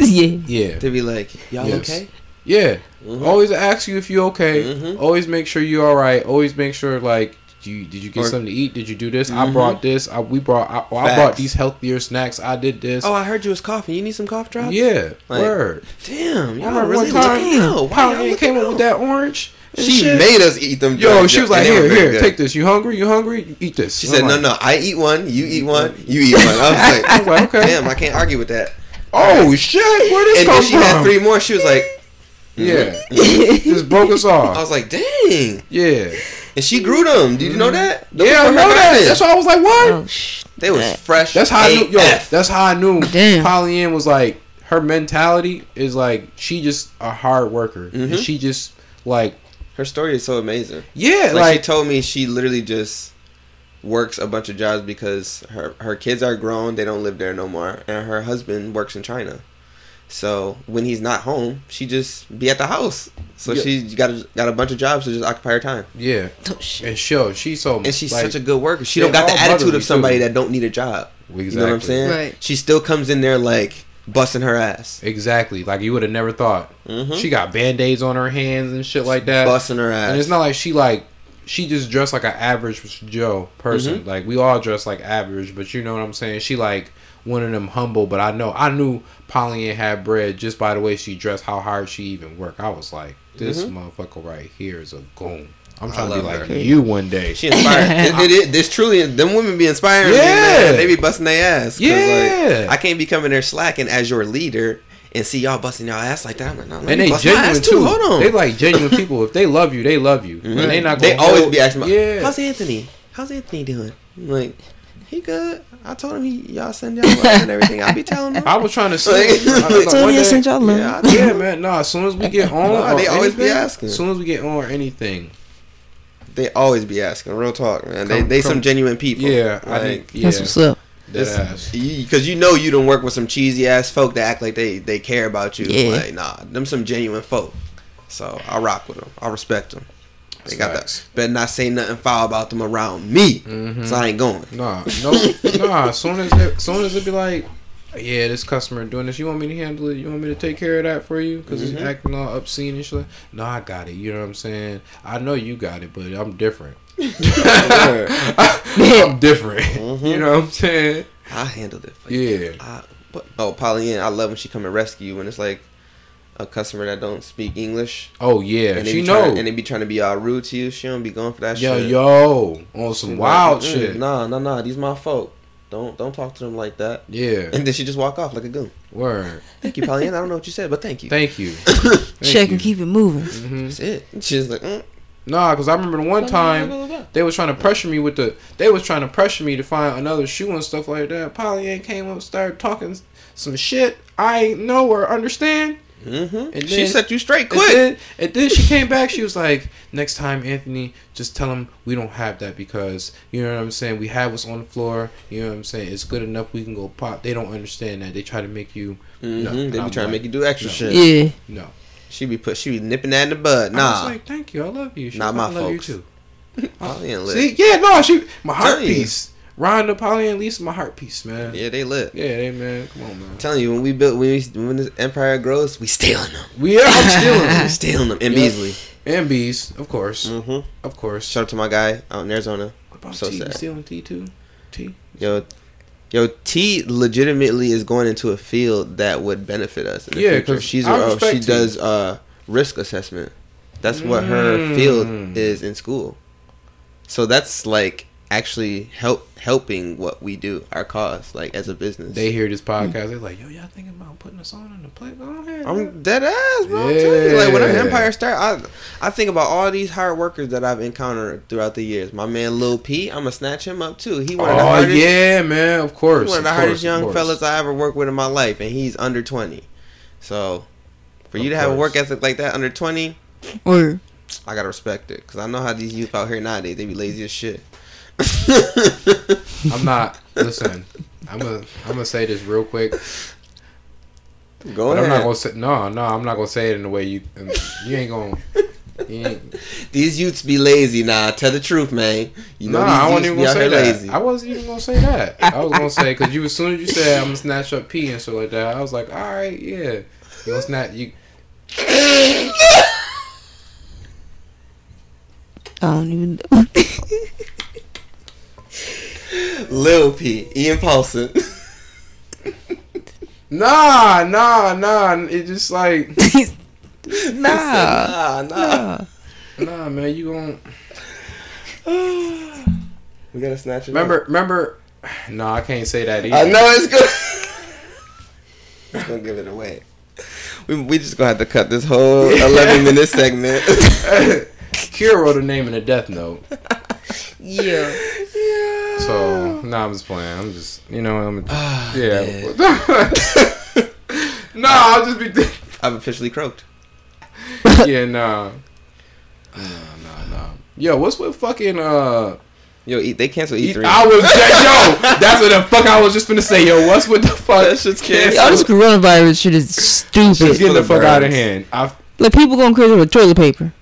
D: yeah.
C: yeah.
E: They be like, y'all
C: Yes.
E: okay?
C: Yeah.
E: Mm-hmm.
C: Always ask you if you okay.
E: Mhm.
C: Always make sure you all right. Always make sure like do you, did you get
E: Or-
C: something to eat? Did you do this? I
E: Mhm.
C: brought this. I we brought I, oh, I
E: Facts.
C: brought these healthier snacks. I did this.
E: Oh, I heard you was coughing. You need some cough drops?
C: yeah.
E: Like,
C: word.
E: Damn, y'all
C: Remember
E: are really
C: one time
E: looking out. Wow,
C: Power Man came up with that orange. and
E: She
C: shit?
E: made us eat them.
C: Yo,
E: drugs,
C: she was
E: and
C: like,
E: they were
C: "Here,
E: very
C: here,
E: good.
C: take this. You hungry? You hungry? You eat this."
E: She
C: I'm
E: said, "No,
C: like,
E: no, I eat one, you eat one, you eat one." I was like,
C: I'm like, okay.
E: "Damn, I can't argue with that."
C: Oh shit! Where this
E: And
C: come
E: then she had
C: from?
E: three more. She was like,
C: Yeah, just broke us
E: "I
C: off.
E: was like, dang!"
C: Yeah,
E: And she grew them. Did you know that? Those
C: Mm-hmm. yeah, I
E: were
C: know
E: her
C: that.
E: garden.
C: That's why I was like, "What?"
D: Oh, sh-
E: They was fresh.
C: That's how I knew. Yo,
E: AF.
C: that's how I knew.
D: Damn.
C: Pollyann was like her mentality is like she just a hard worker, and
E: Mhm.
C: she just like
E: her story is so amazing.
C: yeah,
E: Like,
C: like,
E: she told me, she literally just works a bunch of jobs because her her kids are grown. They don't live there no more, and her husband works in China. So when he's not home, she just be at the house. So
C: Yeah.
E: she got a, got a bunch of jobs to just occupy her time.
C: yeah,
D: oh, shit.
C: and show she's so
E: and she's
C: like,
E: such a good worker. She
C: Yeah,
E: don't got the
C: all
E: attitude
C: motherly,
E: of somebody
C: too.
E: that don't need a job.
C: exactly,
E: You know what I'm saying?
D: Right.
E: She still comes in there like busting her ass,
C: Exactly, like you would have never thought.
E: Mhm.
C: She got band aids on her hands and shit like that,
E: busting her ass.
C: and it's not like she like. She just dressed like an average Joe person.
E: Mm-hmm.
C: Like we all dress like average, but you know what I'm saying. She like one of them humble. But I know I knew Pollyann had bread just by the way she dressed, how hard she even worked. I was like, this motherfucker right here is a goon. I'm trying to be
E: Mm-hmm. love
C: like
E: her.
C: you one day.
E: she inspired. it, it, it, it's truly them women be inspiring. me,
C: Yeah.
E: man. they be busting their ass. 'Cause, like,
C: Yeah.
E: I can't be coming there slacking as your leader and see y'all busting y'all ass like that. I'm like, no, let
C: and
E: me
C: they
E: bust my
C: genuine
E: ass
C: too.
E: too. Hold on, Mm-hmm.
C: They like genuine people. If they love you, they love you. But They not.
E: They
C: gonna
E: always
C: hold-
E: be asking, me,
C: Yeah.
E: "How's Anthony? How's Anthony doing?" I'm like, he good. I told him he, y'all send y'all love and everything. I'll be telling him.
C: I was trying to see.
E: Like-
C: I was like,
D: Tell
C: one
D: me I
C: day-
D: sent y'all love.
E: Yeah, I-
C: yeah, man. Nah, as soon as we get on,
E: Nah,
C: or
E: they always be
C: anything,
E: asking.
C: As soon as we get on or anything,
E: They always be asking. Real talk, man. they
C: Come-
E: they
C: come-
E: some genuine people.
C: yeah, I
E: like,
C: think yeah,
D: That's what's up.
C: that ass.
E: because you know you don't work with some cheesy ass folk that act like they they care about you.
D: Yeah.
E: Like nah, them some genuine folk. So I rock with them. I respect them. They got
C: Facts. Mm-hmm.
E: that. Better not say nothing foul about them around me. So I ain't going.
C: Nah, no, nah. As soon as it, as soon as it be like, yeah, this customer doing this. You want me to handle it? You want me to take care of that for you? Because
E: Mm-hmm.
C: he's acting all obscene and shit. No, I got it. You know what I'm saying? I know you got it, but I'm different. I'm different.
E: Mm-hmm.
C: You know what I'm saying?
E: I handled it. For you.
C: Yeah.
E: I, but, oh, Pollyann, I love when she come and rescue you when it's like a customer that don't speak English
C: Oh yeah.
E: and they
C: She
E: be
C: know.
E: trying, and they be trying to be all rude to you. She don't be going for that
C: yo
E: shit.
C: yo on some
E: Like,
C: wild
E: mm,
C: shit.
E: Nah, nah, nah. These my folk. Don't don't talk to them like that.
C: Yeah.
E: And then she just walk off like a goon.
C: Word.
E: Thank you, Pollyann. I don't know what you said, but thank you.
C: Thank you. Mm-hmm.
D: Check and keep it moving.
E: That's it. She's like, mm.
C: Nah, because I remember the one time they was trying to pressure me with the they was trying to pressure me to find another shoe and stuff like that. Pollyann came up, started talking some shit I ain't know or understand.
E: mm-hmm.
C: And then,
E: she set you
C: and
E: straight quick.
C: then, and then she came back. She was like, "Next time, Anthony, just tell him we don't have that because you know what I'm saying. We have what's on the floor. You know what I'm saying. It's good enough. We can go pop. They don't understand that. They try to make you.
E: hmm
C: No.
E: They be
C: I'm
E: trying to
C: like,
E: make you do extra
C: no.
E: shit.
D: Yeah.
C: No.
E: She be put. She be nipping that in the bud.
C: I was
E: Nah,
C: like, thank you. I love you. She
E: Not
C: "I
E: my
C: love
E: folks.
C: You too.
E: Polly and Liz.
C: See, yeah, no, she my heart
E: Tell you.
C: piece. Ron the Polly and Lisa, my heart piece, man. Yeah,
E: Yeah, they lit.
C: they man, come on, man.
E: I'm telling you, when we built, when, we, when this empire grows, we stealing them.
C: We are
E: I'm
C: still
E: stealing them. We stealing them. And
C: Yeah.
E: Beasley.
C: and bees, of course,
E: Mm-hmm.
C: of course.
E: Shout out to my guy out in Arizona.
C: What about
E: So
C: T? You
E: sad.
C: stealing T too? T.
E: Yo, yo, T legitimately is going into a field that would benefit us in the
C: Yeah,
E: future.
C: 'cause
E: She's
C: I
E: oh,
C: respect
E: she
C: T.
E: does uh, risk assessment. That's what her
C: Mm.
E: field is in school. So that's like actually help helping what we do, our cause, like as a business.
C: They hear this podcast, they're like, "Yo, y'all thinking about putting us on in the play? Go ahead."
E: Mm. I'm dead ass, bro. I'm telling you, like when an
C: Yeah.
E: empire start, I I think about all these hard workers that I've encountered throughout the years. My man Lil P, I'm gonna snatch him up too. He one of the
C: Oh
E: hardest,
C: yeah, man. Of
E: he
C: course.
E: one of the
C: of
E: hardest
C: course,
E: young
C: of course.
E: fellas I ever worked with in my life, and he's under 20. So for you
C: Of
E: to have a work
C: course.
E: ethic like that under 20,
D: Or
E: I gotta respect it because I know how these youth out here nowadays they be lazy as shit.
C: I'm not. Listen, I'm gonna I'm gonna say this real quick.
E: Go
C: But
E: ahead.
C: I'm not gonna say no, no. I'm not gonna say it in the way you you ain't gonna. You ain't,
E: These youths be lazy. Nah, tell the truth, man. You know
C: nah, I
E: these
C: wasn't
E: youths
C: even
E: be
C: gonna
E: out
C: say
E: here
C: that.
E: lazy.
C: I wasn't even gonna say that. I was gonna say because you as soon as you said I'm gonna snatch up P and stuff like that, I was like, all right, yeah. You gonna snatch you?
D: I don't even know.
E: Lil P, Ian Paulson.
C: Nah, nah, nah. It just like
D: nah.
E: nah, nah.
D: nah.
C: nah, man. You gonna
E: We gotta snatch it. up.
C: remember? Remember? No, I can't say that either.
E: I know it's good. it's gonna give it away. We, we just gonna have to cut this whole eleven minute segment.
C: Cure wrote the name in a death note.
D: Yeah.
C: So nah, I'm just playing. I'm just you know I'm yeah.
E: man.
C: nah, I'll just be.
E: I've officially croaked.
C: yeah, nah. Nah, nah, nah. Yo, what's with fucking uh?
E: Yo, E- they canceled E
C: E-
E: three.
C: I was just, yo. That's what the fuck I was just gonna say. Yo, what's with the fuck?
E: That shit's canceled.
D: All this coronavirus shit is
C: Just
D: stupid.
C: getting the
E: full of
C: fuck out of
E: birds.
C: hand. I
D: Like people going crazy with toilet paper.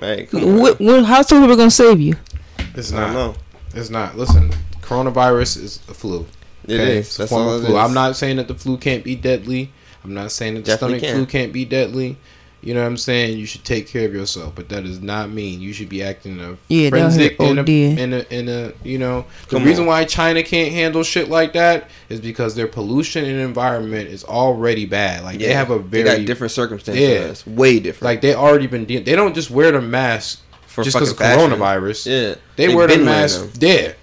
E: Like, come on.
D: What, what, how's toilet paper gonna save you?
C: it's
E: I don't
C: not.
E: know.
C: It's not. Listen, coronavirus is a flu.
E: It
C: okay?
E: is.
C: It's a
E: That's
C: form
E: all
C: of
E: it
C: flu.
E: is.
C: I'm not saying that the flu can't be deadly. I'm not saying that the
E: Definitely
C: stomach
E: can.
C: flu can't be deadly. You know what I'm saying? You should take care of yourself, but that does not mean you should be acting a
D: Yeah, that
C: forensic
D: hurt. Oh,
C: in, a,
D: dear.
C: in a in a you know the
E: Come
C: reason
E: on.
C: why China can't handle shit like that is because their pollution and environment is already bad. Like they have a very
E: they got different circumstances.
C: Yeah.
E: Yeah, it's way different.
C: like they already been de- they don't just wear the mask
E: for
C: just because of
E: fucking fashion.
C: coronavirus.
E: Yeah,
C: They,
E: They've
C: wear the
E: been wearing
C: mask
E: them.
C: there.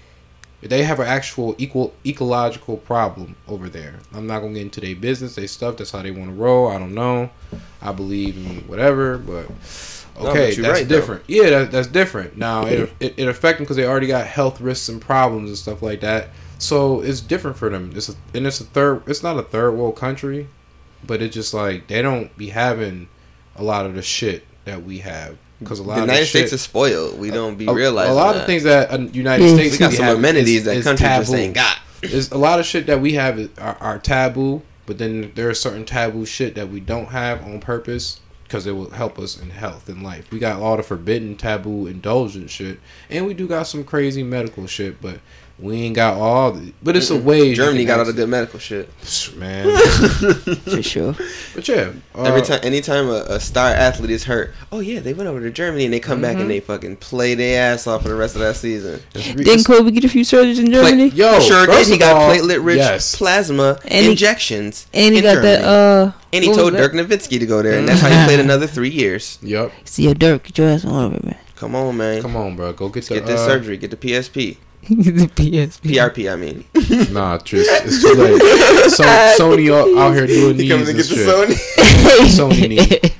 C: They have an actual equal ecological problem over there. I'm not gonna get into their business, they stuff. That's how they want to roll. I don't know. I believe in whatever, but
E: No,
C: okay,
E: but
C: that's
E: you're right, though.
C: different. Yeah, that, that's different. Now it it, it affects them because they already got health risks and problems and stuff like that. So it's different for them. It's a, and it's a third. It's not a third world country, but it's just like they don't be having a lot of the shit that we have because a lot
E: The
C: of the
E: United States
C: shit-
E: is spoiled. We don't be
C: a-
E: realizing
C: a lot
E: that.
C: of things that uh, United
D: Yeah.
C: States
E: We got
C: we
E: some
C: have
E: amenities
C: is-
E: that
C: is
E: countries just
C: taboo.
E: ain't got.
C: There's a lot of shit that we have is- are, are taboo, but then there are certain taboo shit that we don't have on purpose because it will help us in health and life. We got all the forbidden, taboo, indulgent shit, and we do got some crazy medical shit, but we ain't got all. The, but it's a way you can
E: Germany got all the
C: actually-
E: good medical shit.
C: man.
D: For sure.
C: but yeah, uh,
E: Every time, anytime a, a star athlete is hurt, oh yeah, they went over to Germany and they come
D: Mm-hmm.
E: back and they fucking play their ass off for the rest of that season.
C: it's-
D: Didn't Kobe get a few surgeries in Germany?
C: yo,
E: sure did.
C: first
E: He
C: of
E: got
C: all,
E: platelet-rich
C: yes.
E: plasma
D: And he-
E: injections,
D: and he
E: in
D: got that.
E: Germany.
D: Uh,
E: and he
D: what was
E: told
D: that? Mm.
E: Dirk Nowitzki to go there, and that's how he played another three years.
C: Yep.
D: See, yo, Dirk, get your ass on over, man.
E: Come on, man,
C: Come on, bro. Go get, the,
E: get this
C: uh,
E: surgery, get the PSP,
D: the PSP.
E: PRP. I mean,
C: Nah, Tris, it's too late. So, Sony out, out here doing
E: he
C: these
E: coming to
C: and
E: get the
C: shit.
E: Sony.
C: Sony needs.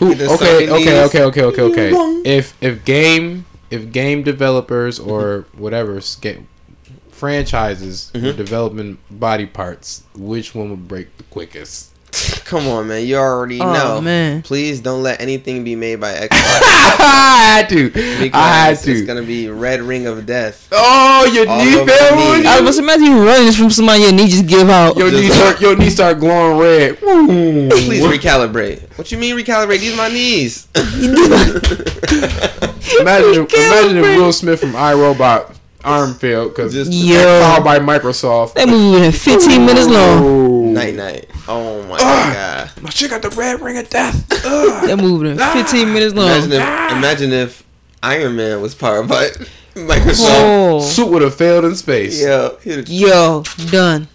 C: Who,
E: Get the
C: okay,
E: Sony
C: okay,
E: knees.
C: okay, okay, okay, okay. If if game if game developers or whatever sca- Mm-hmm. franchises were developing body parts, which one would break the quickest?
E: Come on, man. You already
D: Oh,
E: know.
D: man.
E: Please don't let anything be made by Xbox.
C: I had to.
E: because
C: I had
E: It's
C: to.
E: gonna be Red Ring of Death.
C: oh, your
E: All
C: knee
E: over
C: fell
E: the knee.
C: on
D: I
C: you.
D: was imagine you running from somebody and knee just give out.
C: Your knee
E: Just-
C: start. Your knee start glowing red. Ooh.
E: Please recalibrate. What you mean recalibrate? These are my knees.
C: imagine, imagine if
D: Recalibrate.
C: Will Smith from iRobot arm fell because
E: Just-
C: fouled
D: Yo,
C: by Microsoft.
D: that movie would have 15 minutes long.
C: Ooh.
E: night night. Oh my god.
C: My chick got the red ring of death. Ugh.
D: That movie would have 15 minutes
E: Imagine
D: long.
E: if imagine if Iron Man was powered by Microsoft.
D: Oh,
C: Suit would have failed in space.
E: Yeah. he'd-
D: yo, done.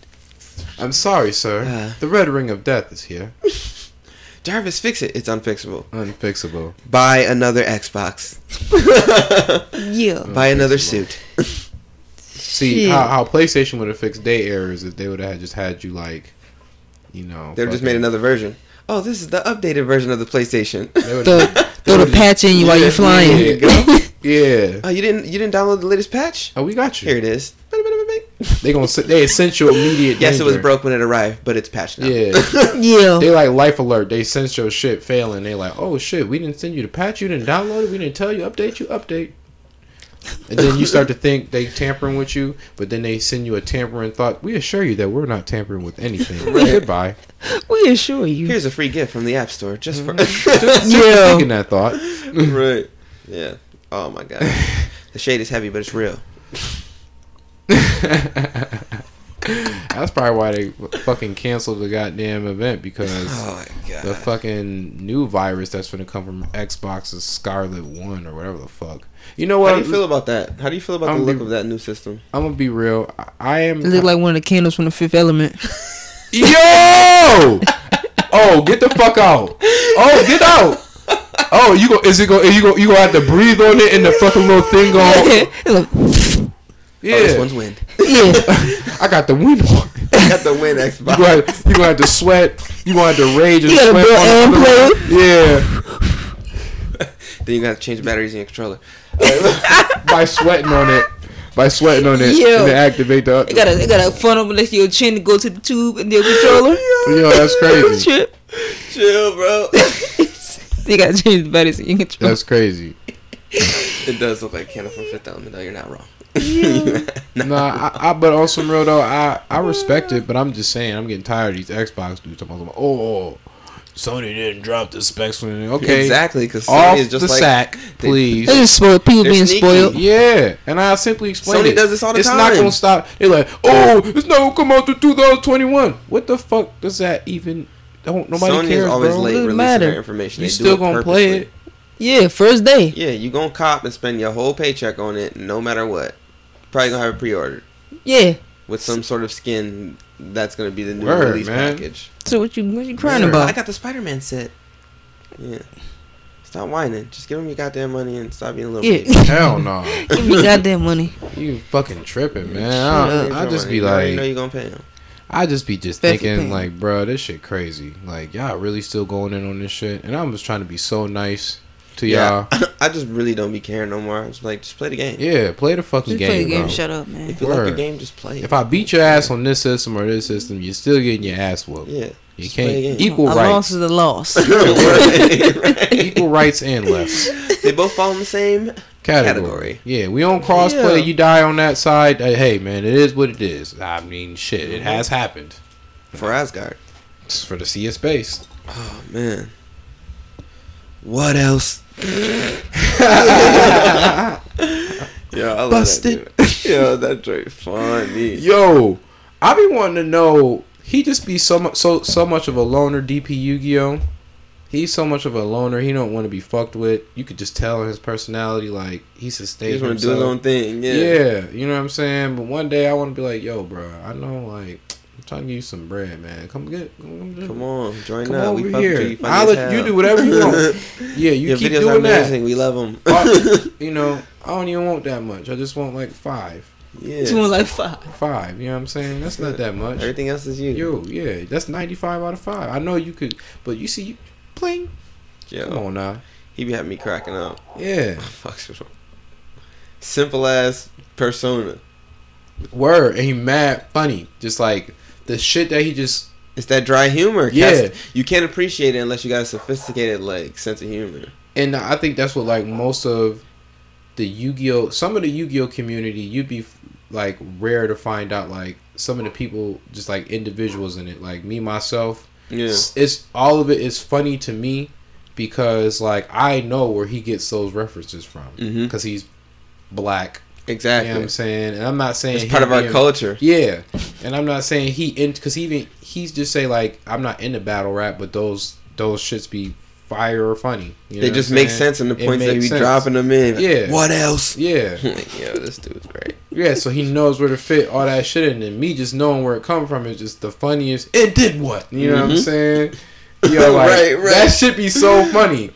C: I'm sorry, sir.
E: Ah.
C: the red ring of death is here,
E: Jarvis, fix it. It's unfixable.
C: unfixable.
E: Buy another Xbox.
D: Yeah.
E: Buy another suit.
C: See
D: Shit.
C: how, how PlayStation would have fixed day errors if they would have just had you like, you know,
E: They just made
C: fucking-
E: another version. Oh, this is the updated version of the PlayStation.
C: they
D: Throw,
C: would've-
D: throw the patch in you while you're
E: There
D: flying.
E: you go.
C: yeah.
E: oh, you didn't you didn't download the latest patch?
C: Oh, we got you.
E: Here it is. Bing, bing, bing, bing.
C: They gonna se- they essential immediate.
E: Yes, it was
C: danger.
E: broke when it arrived, but it's patched now.
C: Yeah,
D: Yeah.
E: Oh.
C: they like life alert. They send your shit failing. They like, oh shit, we didn't send you the patch. You didn't download it. We didn't tell you. Update you. Update. And then you start to think they tampering with you, but then they send you a tampering thought. We assure you that we're not tampering with anything. Goodbye.
D: We assure you.
E: Here's a free gift from the App Store just for
C: Mm-hmm.
D: Yeah.
C: Thinking that thought.
E: right. Yeah. Oh my god. The shade is heavy, but it's real.
C: That's probably why they fucking canceled the goddamn event because
E: Oh my god.
C: the fucking new virus that's going to come from Xbox is Scarlet One or whatever the fuck. You know
E: How
C: what?
E: do you feel about that? How do you feel about
C: I'm
E: the look
C: be-
E: of that new system?
C: I'm gonna be real. I, I am.
D: It looked like one of the candles from the Fifth Element.
C: Yo! oh, get the fuck out! Oh, get out! Oh, you go? Is it go? You go? You gonna have to breathe on it and the fucking little thing go?
D: It look-
E: Oh, this
C: Yeah,
E: one's wind.
D: yeah.
C: I got the wind on.
E: Got the win
C: You
E: Xbox.
C: gonna, have, you gonna have to sweat. You gonna have to rage and
D: You gotta
C: sweat.
D: blow
C: on the
D: and
C: floor. Yeah,
E: Then you gotta change the batteries in your controller.
C: by sweating on it, by sweating on it,
D: Yo.
C: and then activate the.
D: It got a, it got a funnel beneath your chin to go to the tube and the controller.
C: Yo, that's crazy.
D: Shit.
E: Chill, bro.
D: They got to change the batteries in your controller.
C: That's crazy.
E: it does look like Candle from Fifth Element, though. You're not wrong.
C: Nah, I, I but on some real though, I I respect it, but I'm just saying, I'm getting tired of these Xbox dudes. I'm like, oh, Sony didn't drop the specs when it-" okay,
E: Exactly, because
C: off
E: Sony is just
C: the
E: like
C: sack,
E: they-
C: please.
D: They just spoiled. People
E: They're
D: being
E: sneaky.
D: spoiled.
C: Yeah, and I simply explain
E: Sony
C: it.
E: does this all the
C: it's
E: time.
C: not gonna stop. They're like, oh, it's not gonna come out to 2021. What the fuck does that even? Don't nobody
E: Sony
C: cares,
E: is always
C: bro.
E: late
D: Doesn't
E: releasing
D: matter.
E: their information.
C: You
E: They do
C: still
E: it
C: gonna play
E: purposely.
C: it?
D: Yeah, first day.
E: Yeah, you gonna cop and spend your whole paycheck on it, no matter what. Probably gonna have it pre-ordered
D: Yeah.
E: with some sort of skin that's gonna be the new
C: Word,
E: release
C: man.
E: package.
D: So what you what you crying
E: Sir,
D: about?
E: I got the Spider-Man set. Yeah. Stop whining. Just give them your goddamn money and stop being a little.
D: Yeah.
E: baby.
C: Hell no,
D: Give me goddamn money.
C: you fucking tripping, man.
E: Give
C: I, I
E: your
C: Uh, just
E: money.
C: be
E: You already
C: like.
E: know you gonna pay them.
C: I just be just
D: Perfect
C: thinking
D: pain.
C: like, bro, this shit crazy. Like y'all really still going in on this shit, and I'm just trying to be so nice to y'all.
E: I just really don't be caring no more. I'm just like, just play the game.
C: Yeah, play the fucking
D: Just
C: game,
D: play the game.
C: bro.
D: Shut up, man.
E: If you like the
C: Word.
E: game, just play. it.
C: If I beat your ass on this system or this system, you're still getting your ass whooped.
E: yeah.
C: You
E: just play the
C: can't
E: game.
C: equal
D: a loss
C: rights,
D: is a loss.
C: equal rights and lefts
E: they both fall in the same.
C: category.
E: Category.
C: Yeah, we don't cross play.
D: Yeah.
C: You die on that side. uh, Hey, man, it is what it is. I mean, shit, it has happened
E: for Asgard.
C: It's for the sea of space.
E: Oh man. What else? Yo, I love
C: Busted.
E: that dude. Yo, that joint funny.
C: Yo, I be wanting to know. He just be so much, so so much of a loner. DP Yu-Gi-Oh. He's so much of a loner. He don't want to be fucked with. You could just tell in his personality, like he
E: he
C: sustains
E: just want to do his own
C: himself.
E: thing. Yeah.
C: Yeah. you know what I'm saying. But one day I want to be like, yo, bro, I know, like, I'm trying to give you some bread, man. Come get, come, get-
E: Come on, join
C: come
E: up.
C: over
E: fuck with You,
C: here.
E: You funny
C: I'll
E: as
C: let you
E: hell.
C: do whatever you want. yeah, you
E: Your
C: keep
E: videos are
C: doing that.
E: amazing. We love them.
C: I- you know, I don't even want that much. I just want like five,
D: It's
E: yeah.
D: more like five.
C: five. You know what I'm saying? That's not that much.
E: Everything else is you.
C: Yo, yeah, that's 95 out of 5. I know you could, but you see, you playing.
E: Yo,
C: Come on now.
E: he be having me cracking up.
C: Yeah.
E: Fucks with him. Simple ass persona.
C: Word. And he mad funny. Just like the shit that he just
E: It's that dry humor.
C: Yeah.
E: Cast- you can't appreciate it unless you got a sophisticated like sense of humor.
C: and I think that's what like most of the Yu-Gi-Oh, some of the Yu-Gi-Oh community, you'd be like rare to find out like some of the people, just like individuals in it, like me myself.
E: Yeah.
C: It's, it's all of it is funny to me because like I know where he gets those references from
E: Mhm.
C: because he's black. You
E: Exactly.
C: know what I'm saying, and I'm not saying
E: it's part
C: him
E: of our
C: being-
E: culture.
C: Yeah, and I'm not saying he in because he even he's just say like I'm not into battle rap, but those those shits be fire or funny. You
E: They
C: know
E: just
C: what I'm
E: make
C: saying?
E: sense in the
C: It
E: points that
C: makes
E: we
C: sense.
E: dropping them in.
C: Yeah.
E: What else?
C: Yeah,
E: like, yo, this dude's great.
C: yeah. So he knows where to fit all that shit in, and me just knowing where it come from is just the funniest. It did what? You know what I'm
E: Mhm.
C: saying? Yo, like,
E: Right, right.
C: That shit be so funny.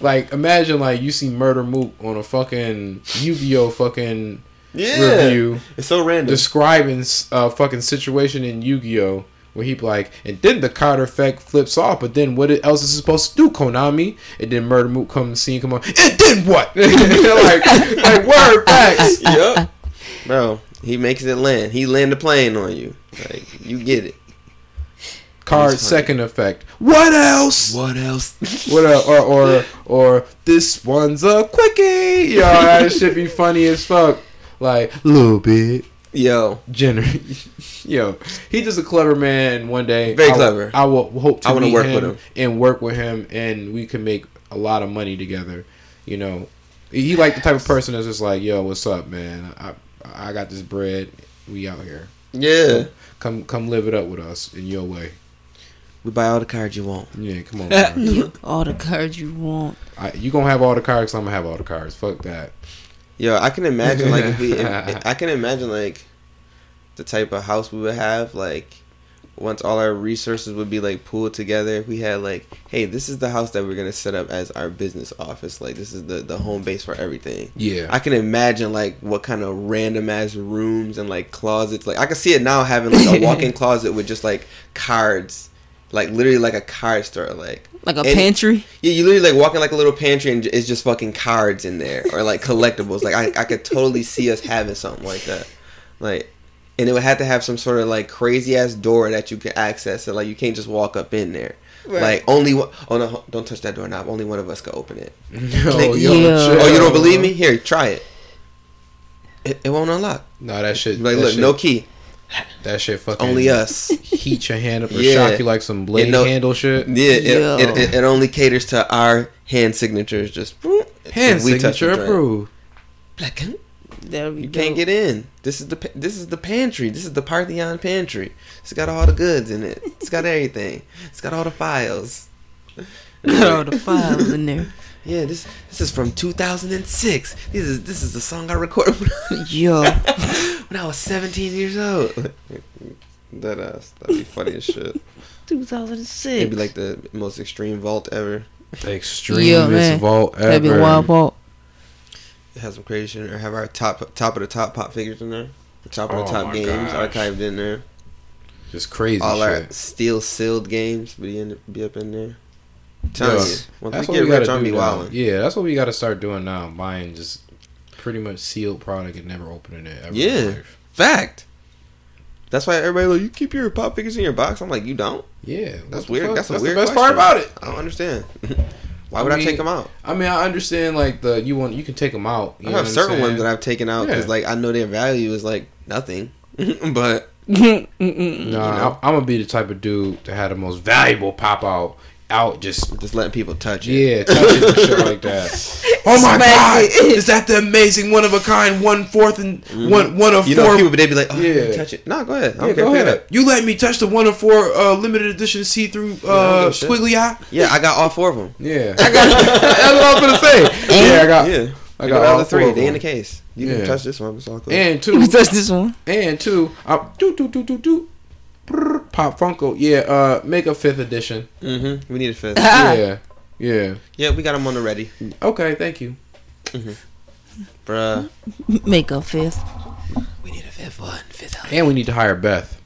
C: Like imagine like you see Murder Mook on a fucking Yu-Gi-Oh fucking
E: Yeah.
C: review.
E: It's so random.
C: describing uh, fucking situation in Yu-Gi-Oh where he be like, and then the counter effect flips off, but then what else is it supposed to do, Konami? And then Murder Moot comes see and come on, and then what? like, like word facts.
E: yep. Bro, he makes it land. He land a plane on you. Like, you get it.
C: Card
E: That's funny.
C: second effect. What else?
E: What else?
C: What a, or or or this one's a quickie. Yo, that should be funny as fuck. Like little bit.
E: Yo,
C: Jenner. Yo, he just a clever man. One day,
E: Very
C: I will-
E: clever.
C: I will hope to
E: I wanna
C: meet
E: work
C: him,
E: with him.
C: and work with him, and we can make a lot of money together. You know, he like the type of person that's just like, yo, what's up, man? I I got this bread. We out here.
E: yeah.
C: Come come live it up with us in your way.
E: We buy all the cards you want.
C: Yeah, come on. man.
D: All the cards you want.
C: I, you gonna have all the cards? I'm gonna have all the cards. Fuck that.
E: Yo, I can imagine like if we, if, I can imagine like the type of house we would have like once all our resources would be like pooled together. If we had like, hey, this is the house that we're gonna set up as our business office. Like this is the the home base for everything.
C: Yeah.
E: I can imagine like what kind of random ass rooms and like closets. Like I can see it now having like a walk-in closet with just like cards, like literally like a card store. Like
D: Like a
E: And-
D: pantry.
E: yeah, you literally like walk in like a little pantry and j- it's just fucking cards in there or like collectibles. Like I, I could totally see us having something like that. Like, and it would have to have some sort of like crazy ass door that you can access. So like you can't just walk up in there. Like only one, oh no, don't touch that doorknob. Only one of us can open it.
C: Yo, yo,
D: Yeah.
C: chill.
E: Oh, you don't believe
C: Uh-huh.
E: me? Here, try it. It, it won't unlock.
C: No, that shit.
E: Like,
C: that
E: look,
C: shit,
E: no key.
C: That shit fucking
E: Only us.
C: Heat your hand up or
E: Yeah.
C: shock you like some blade
E: You know-
C: handle shit.
E: Yeah, it,
D: Yo.
E: it, it, it only caters to our hand signatures. Just boop,
C: Hand
E: if we touch
C: signature
E: the joint.
C: approved.
E: Black and
D: That would be
E: You can't
D: dope.
E: get in. This is the pa- this is the pantry. This is the Parthenon pantry. It's got all the goods in it. It's got everything. It's got all the files.
D: all the files in there.
E: Yeah, this this is from 2006. This is this is the song I recorded when I-
D: Yo,
E: when I was 17 years old. That ass. That'd be funny as shit.
D: 2006.
E: It'd be like the most extreme vault ever.
C: Extremist
D: Yeah, man.
C: vault ever.
D: That'd be a wild vault.
E: It has some creation or have our top top of the top pop figures in there. Top of the
C: Oh
E: top
C: my
E: games
C: gosh.
E: archived in there.
C: Just crazy
E: all our
C: shit.
E: steel sealed games be in be up in there.
C: Yeah.
E: Tell you, once we get rich, I'll be
C: now.
E: wildin'.
C: Yeah, that's what we got to start doing now. Buying just pretty much sealed product and never opening it. Ever in
E: Yeah.
C: life.
E: Fact. That's why everybody like you keep your pop figures in your box. I'm like, you don't.
C: yeah. what
E: That's
C: the
E: weird.
C: fuck?
E: That's a
C: the
E: weird.
C: best part
E: question.
C: about it.
E: I don't understand. why
C: I
E: would I,
C: mean,
E: take them out?
C: I mean, I understand like the you want you can take them out. You
E: I
C: know
E: have
C: what I'm
E: certain
C: saying?
E: ones that I've taken out because
C: Yeah.
E: like I know their value is like nothing. but
D: Mm-mm.
C: Nah, I'm, I'm gonna be the type of dude to have the most valuable pop out out just.
E: just letting people touch it.
C: Yeah, touches and shit like that. Oh my god! Is that the amazing one of a kind, one fourth and one one of
E: Mm-hmm. You know, people they be like, oh,
C: Yeah.
E: touch it. No, go ahead. I
C: Yeah,
E: don't care.
C: go
E: Pick it
C: ahead.
E: up.
C: You let me touch the one of four uh, limited edition see through
E: I
C: uh,
E: don't give a
C: squiggly eye.
E: Yeah, I got all four of them.
C: Yeah, I got, that's what I was gonna say. Yeah, I got.
E: Yeah,
C: I got all
E: the
C: three.
E: three. They in the
C: And
E: case. You
C: Yeah.
E: can touch this one. It's all cool.
C: two,
D: You touch this one.
C: and two. I, do do do do do. Brrr, Pop Funko. Yeah. Uh, make a fifth edition.
E: Mm-hmm. We need a fifth.
D: Ah.
C: Yeah. Yeah.
E: yeah, we got them on the ready,
C: Okay. Thank you.
E: bruh.
D: Make a fifth.
E: We need a fifth one, fifth one.
C: And we need to hire Beth.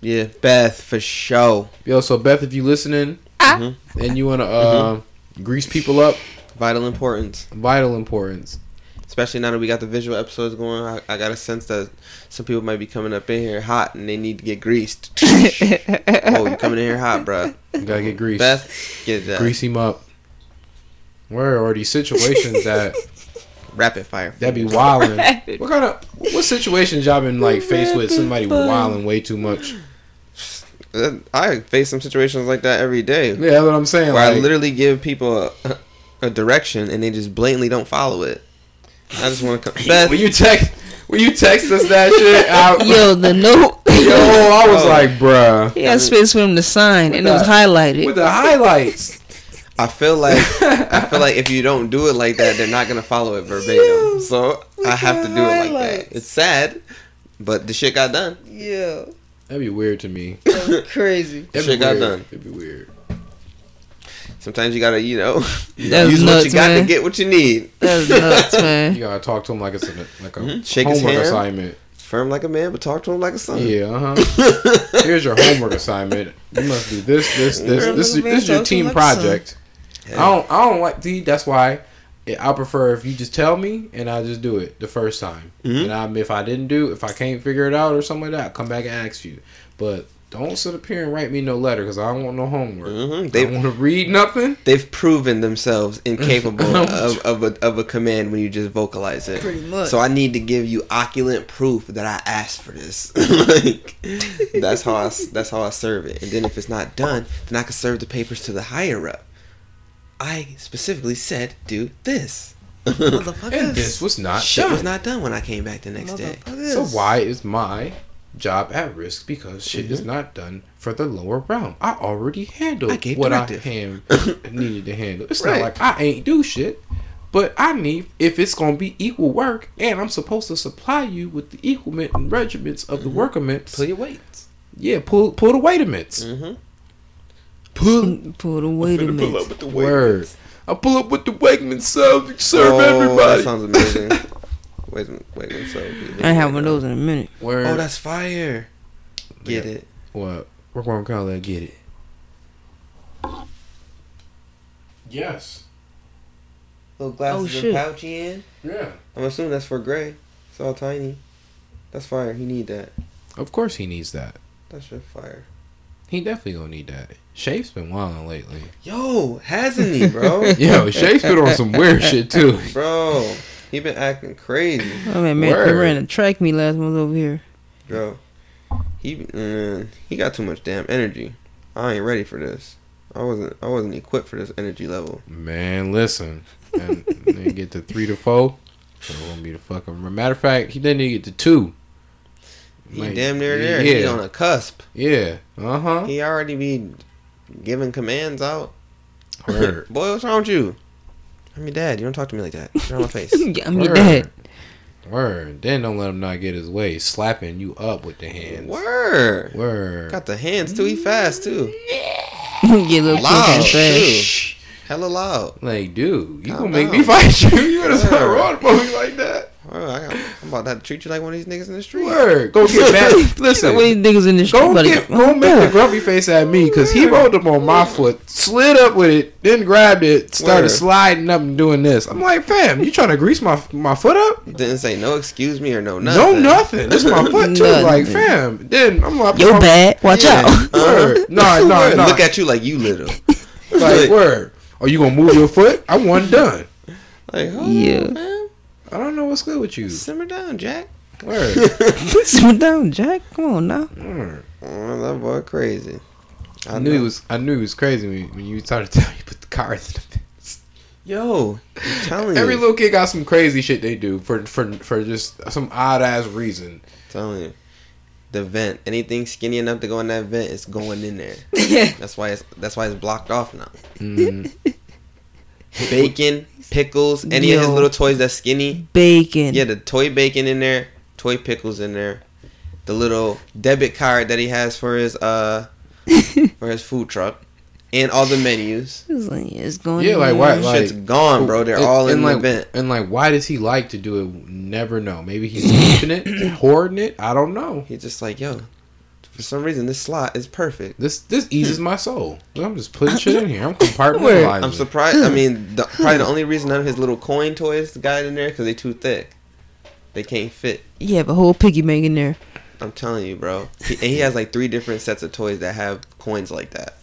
E: Yeah, Beth for show.
C: Yo, so Beth, if you listening
E: Mhm.
C: and you wanna uh, grease people up,
E: Vital importance.
C: vital importance.
E: Especially now that we got the visual episodes going, I, I got a sense that some people might be coming up in here hot and they need to get greased. oh, you coming in here hot, bruh?
C: You gotta get greased.
E: Beth, get that
C: Grease him up. Where are these situations that
E: rapid fire.
C: that be wilding? What kind of what situations y'all been like faced with somebody wilding way too much?
E: Uh, I face some situations like that every day,
C: Yeah, that's what I'm saying.
E: where I
C: like-
E: literally give people a, a direction and they just blatantly don't follow it. I just want to come. Beth,
C: when you text when you text us that shit out
D: Yo, the note.
C: yo, I was
E: Oh.
C: like, bruh.
D: He had space for him to sign, and it was
C: the-
D: highlighted.
C: With the highlights.
E: I feel like I feel like if you don't do it like that, they're not gonna follow it verbatim. So I have to do it like that. It's sad, but the shit got done.
F: Yeah,
C: That'd be weird to me.
F: crazy.
C: That'd
E: Shit
C: be
E: got
C: weird.
E: done.
C: It'd be weird.
E: Sometimes you gotta, you know,
D: That was
E: use what you
D: nuts,
E: got
D: man.
E: to get what you need.
D: That was nuts, man.
C: You gotta talk to him like it's a like a
E: Mhm. Shake his
C: homework
E: hand.
C: assignment.
E: Firm like a man, but talk to him like a son.
C: Yeah, uh-huh. Here's your homework assignment. You must do this, this, this.
F: Girl,
C: This is
F: look at
C: this is
F: me,
C: your
F: talk to
C: team
F: my son.
C: project.
E: Yeah.
C: I don't I don't like see, that's why I prefer if you just tell me and I just do it the first time.
E: Mhm.
C: And I, if I didn't do, if I can't figure it out or something like that, I'll come back and ask you. But don't sit up here and write me no letter because I don't want no homework.
E: Mhm.
C: They
E: They-
C: I want to read nothing.
E: They've proven themselves incapable
C: Oh.
E: of, of, a, of a command when you just vocalize it.
F: Pretty much.
E: So I need to give you oculent proof that I asked for this. like that's how I s- that's how I serve it. And then if it's not done, then I can serve the papers to the higher up. I specifically said do this.
C: And
F: Motherfuckers.
C: this was not
E: Shit
C: done.
E: was not done when I came back the next day.
F: Motherfuckers.
C: So why is my job at risk because shit is not done for the lower realm? I already handled
E: Mhm. I gave
C: what
E: directive.
C: I hand, needed to handle. It's not
E: Right.
C: like I ain't do shit, but I need if it's gonna be equal work, and I'm supposed to supply you with the equalment and regiments of the workaments.
E: Mm-hmm. Pull your weights.
C: Yeah, pull pull the weightaments.
E: Mm-hmm.
C: Pull
D: Pull the wait a minute.
E: with the
C: word. I pull up with the weightaments, so serve
E: Oh,
C: everybody.
E: that sounds amazing. wait, a minute, wait, wait, so
D: I ain't have one of those in a minute.
C: Word.
E: Oh, that's fire. Get
C: Yeah.
E: it.
C: what we're gonna call that. Get it? Yes.
E: Little glasses
D: Oh,
E: and
D: shit.
E: pouchy in.
C: Yeah.
E: I'm assuming that's for Gray. It's all tiny. That's fire. He need that.
C: Of course he needs that.
E: That's shit fire.
C: He definitely gonna need that. Shape's been wilding lately.
E: Yo, hasn't he, bro?
C: Yo, Shape's been on some weird shit too.
E: bro, he been acting crazy,
D: Oh man, man,
C: Word.
D: they ran a track me last month over here.
E: bro. He man, he got too much damn energy. I ain't ready for this. I wasn't I wasn't equipped for this energy level.
C: Man, listen. And then get to three to four. So it won't be the fucking. Matter of fact, he didn't even get to two.
E: He
C: Like,
E: damn near there.
C: Yeah.
E: He on a cusp.
C: yeah. Uh huh.
E: He already be giving commands out. Boy,
C: Word.
E: what's wrong with you? I'm your dad. You don't talk to me like that. Get out of my face.
D: Yeah, I'm your
C: Word.
D: dad.
C: Word. Then don't let him not get his way. Slapping you up with the hands.
E: Word.
C: Word.
E: Got the hands too. He fast too.
D: Get a little quick
E: Loud
D: and fast.
E: too. Hella loud.
C: Like, dude, you gonna
E: Calm
C: make
E: down.
C: me fight you? You gonna start
E: Word.
C: rolling for me like that?
E: Oh, I got, I'm about to have to treat you like one of these niggas in the street.
C: Word. Go get back. Listen.
D: What these niggas in this
C: Go
D: street, buddy?
C: get, go make the grumpy face at me because he rolled up on my foot, slid up with it, then grabbed it, started
E: Word.
C: sliding up and doing this. I'm like, fam, you trying to grease my my foot up?
E: Didn't say no excuse me or no nothing.
C: No, nothing. This my foot too.
D: Nothing.
C: Like, fam. Then I'm like,
D: Yo, bad. Watch
E: Yeah.
D: out.
C: Word. No, no,
E: Word.
C: no.
E: Look at you like you little.
C: like, word. Are you gonna move your foot? I want done.
E: Like, oh,
D: Yeah.
E: man.
C: I don't know what's good with you.
E: Simmer down, Jack.
C: Word.
D: Sit down, Jack. Come on now.
C: Word.
E: Oh, that boy crazy. I,
C: I knew
E: know.
C: he was. I knew he was crazy when, when you started telling me you put the cars in the fence.
E: Yo, I'm telling you.
C: Every little kid got some crazy shit they do for for for just some odd ass reason.
E: telling you. The vent. Anything skinny enough to go in that vent is going in there. that's why it's that's why it's blocked off now.
C: Mm-hmm.
E: Bacon, pickles, any of his
D: Yo.
E: little toys that's skinny.
D: Bacon.
E: Yeah, the toy bacon in there, toy pickles in there, the little debit card that he has for his uh for his food truck, and all the menus.
D: It's like, yeah, it's going.
C: Yeah,
D: in
C: like,
D: there.
C: why- like-
E: Shit's gone, bro. They're
C: And-
E: all in
C: and
E: the
C: like,
E: vent.
C: And like, why does he like to do it? Never know. Maybe he's keeping it, hoarding it. I don't know.
E: He's just like, yo, For some reason, this slot is perfect.
C: This this eases my soul. I'm just putting shit in here. I'm
D: Word.
C: compartmentalizing.
E: I'm surprised. I mean, the, probably the only reason none of his little coin toys got in there because they too thick. They can't fit.
D: You have a whole piggy bank in there.
E: I'm telling you, bro. He, and he has like three different sets of toys that have coins like that.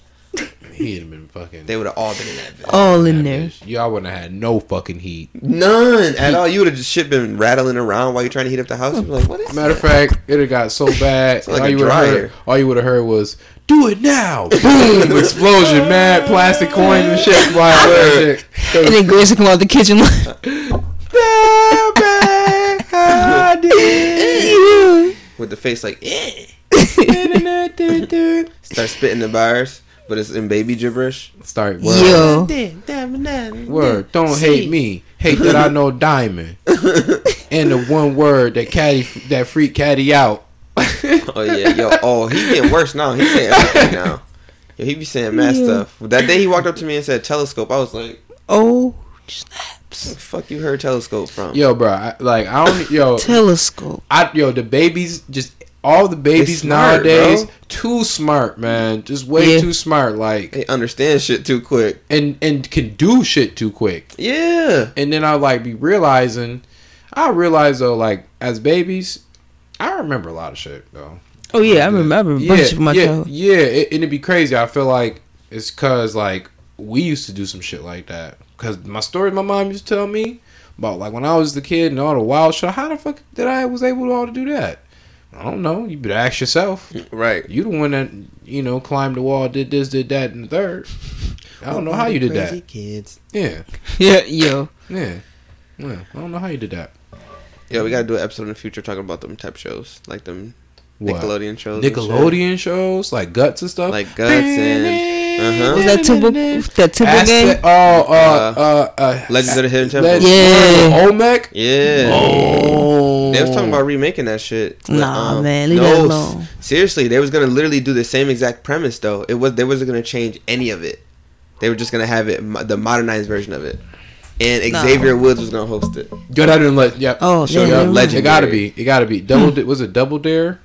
C: He'd have been fucking.
E: They would have all been in that. Bin.
D: All in
C: that
D: there.
C: bitch. Y'all wouldn't have had no fucking heat.
E: None at all. You would have just shit been rattling around while you're trying to heat up the house. You'd be like, what is
C: Matter of fact, it have got so bad.
E: like
C: all,
E: a
C: you would've
E: dryer.
C: heard, all you would have heard was "Do it now!" Boom! Explosion! Mad plastic coins and shit flying. out and
D: And
C: shit.
D: then Grace will come out the kitchen like, "Ew."
E: With the face like, eh. Start spitting the bars, but it's in baby gibberish.
C: Start word.
D: Yo.
C: Word. Don't hate me. Hate that I know diamond. and the one word that caddy that freak caddy out.
E: Oh yeah, yo. Oh, he getting worse now. He saying everything now. Yo, he be saying mad stuff. That day he walked up to me and said telescope. I was like,
D: Oh,
E: "Where
D: snaps.
E: the fuck you heard telescope from?
C: Yo, bro. I, like I don't. Yo,
D: Telescope.
C: I yo the babies just all the babies
E: smart,
C: nowadays
E: bro.
C: too smart, man. Just way
D: Yeah.
C: too smart, like
E: They understand shit too quick.
C: and and can do shit too quick.
E: Yeah.
C: And then I like be realizing, I realize though, like as babies, I remember a lot of shit though.
D: Oh yeah, I remember. I remember a bunch of my
C: yeah,
D: childhood.
C: yeah. It, and it'd be crazy. I feel like it's cause like we used to do some shit like that. Cause my stories my mom used to tell me about like when I was the kid and all the wild shit. How the fuck did I was able to all to do that? I don't know. You better ask yourself.
E: Right.
C: You the one that you know climbed the wall, did this, did that, and the third. I don't know how you did that.
E: Kids.
C: Yeah,
D: Yeah, yo.
C: yeah, yeah. I don't know how you did that.
E: Yo, we gotta do an episode in the future talking about them type shows, like them
C: What?
E: Nickelodeon shows. and shit.
C: Nickelodeon shows like guts and stuff,
E: Like Guts and- uh-huh.
D: Was that Temple? That Temple game?
C: Aztec, oh, uh, uh, uh,
E: Uh-huh. Legends of the Hidden Temple.
C: Legends-
D: Yeah.
C: Olmec.
E: Yeah.
C: Oh,
E: They was talking about remaking that shit. but, um,
D: Nah, man, leave that alone.
E: Seriously, they was gonna literally do the same exact premise though. It was they wasn't gonna change any of it. They were just gonna have it mo- the modernized version of it, and
D: No.
E: Xavier Woods was gonna host it.
C: Yo, that didn't let. Yep.
D: Oh, Hmm.
C: Sure,
D: yeah,
C: yep.
D: never mind.
C: It gotta be. It gotta be. Double. D- was it Double Dare?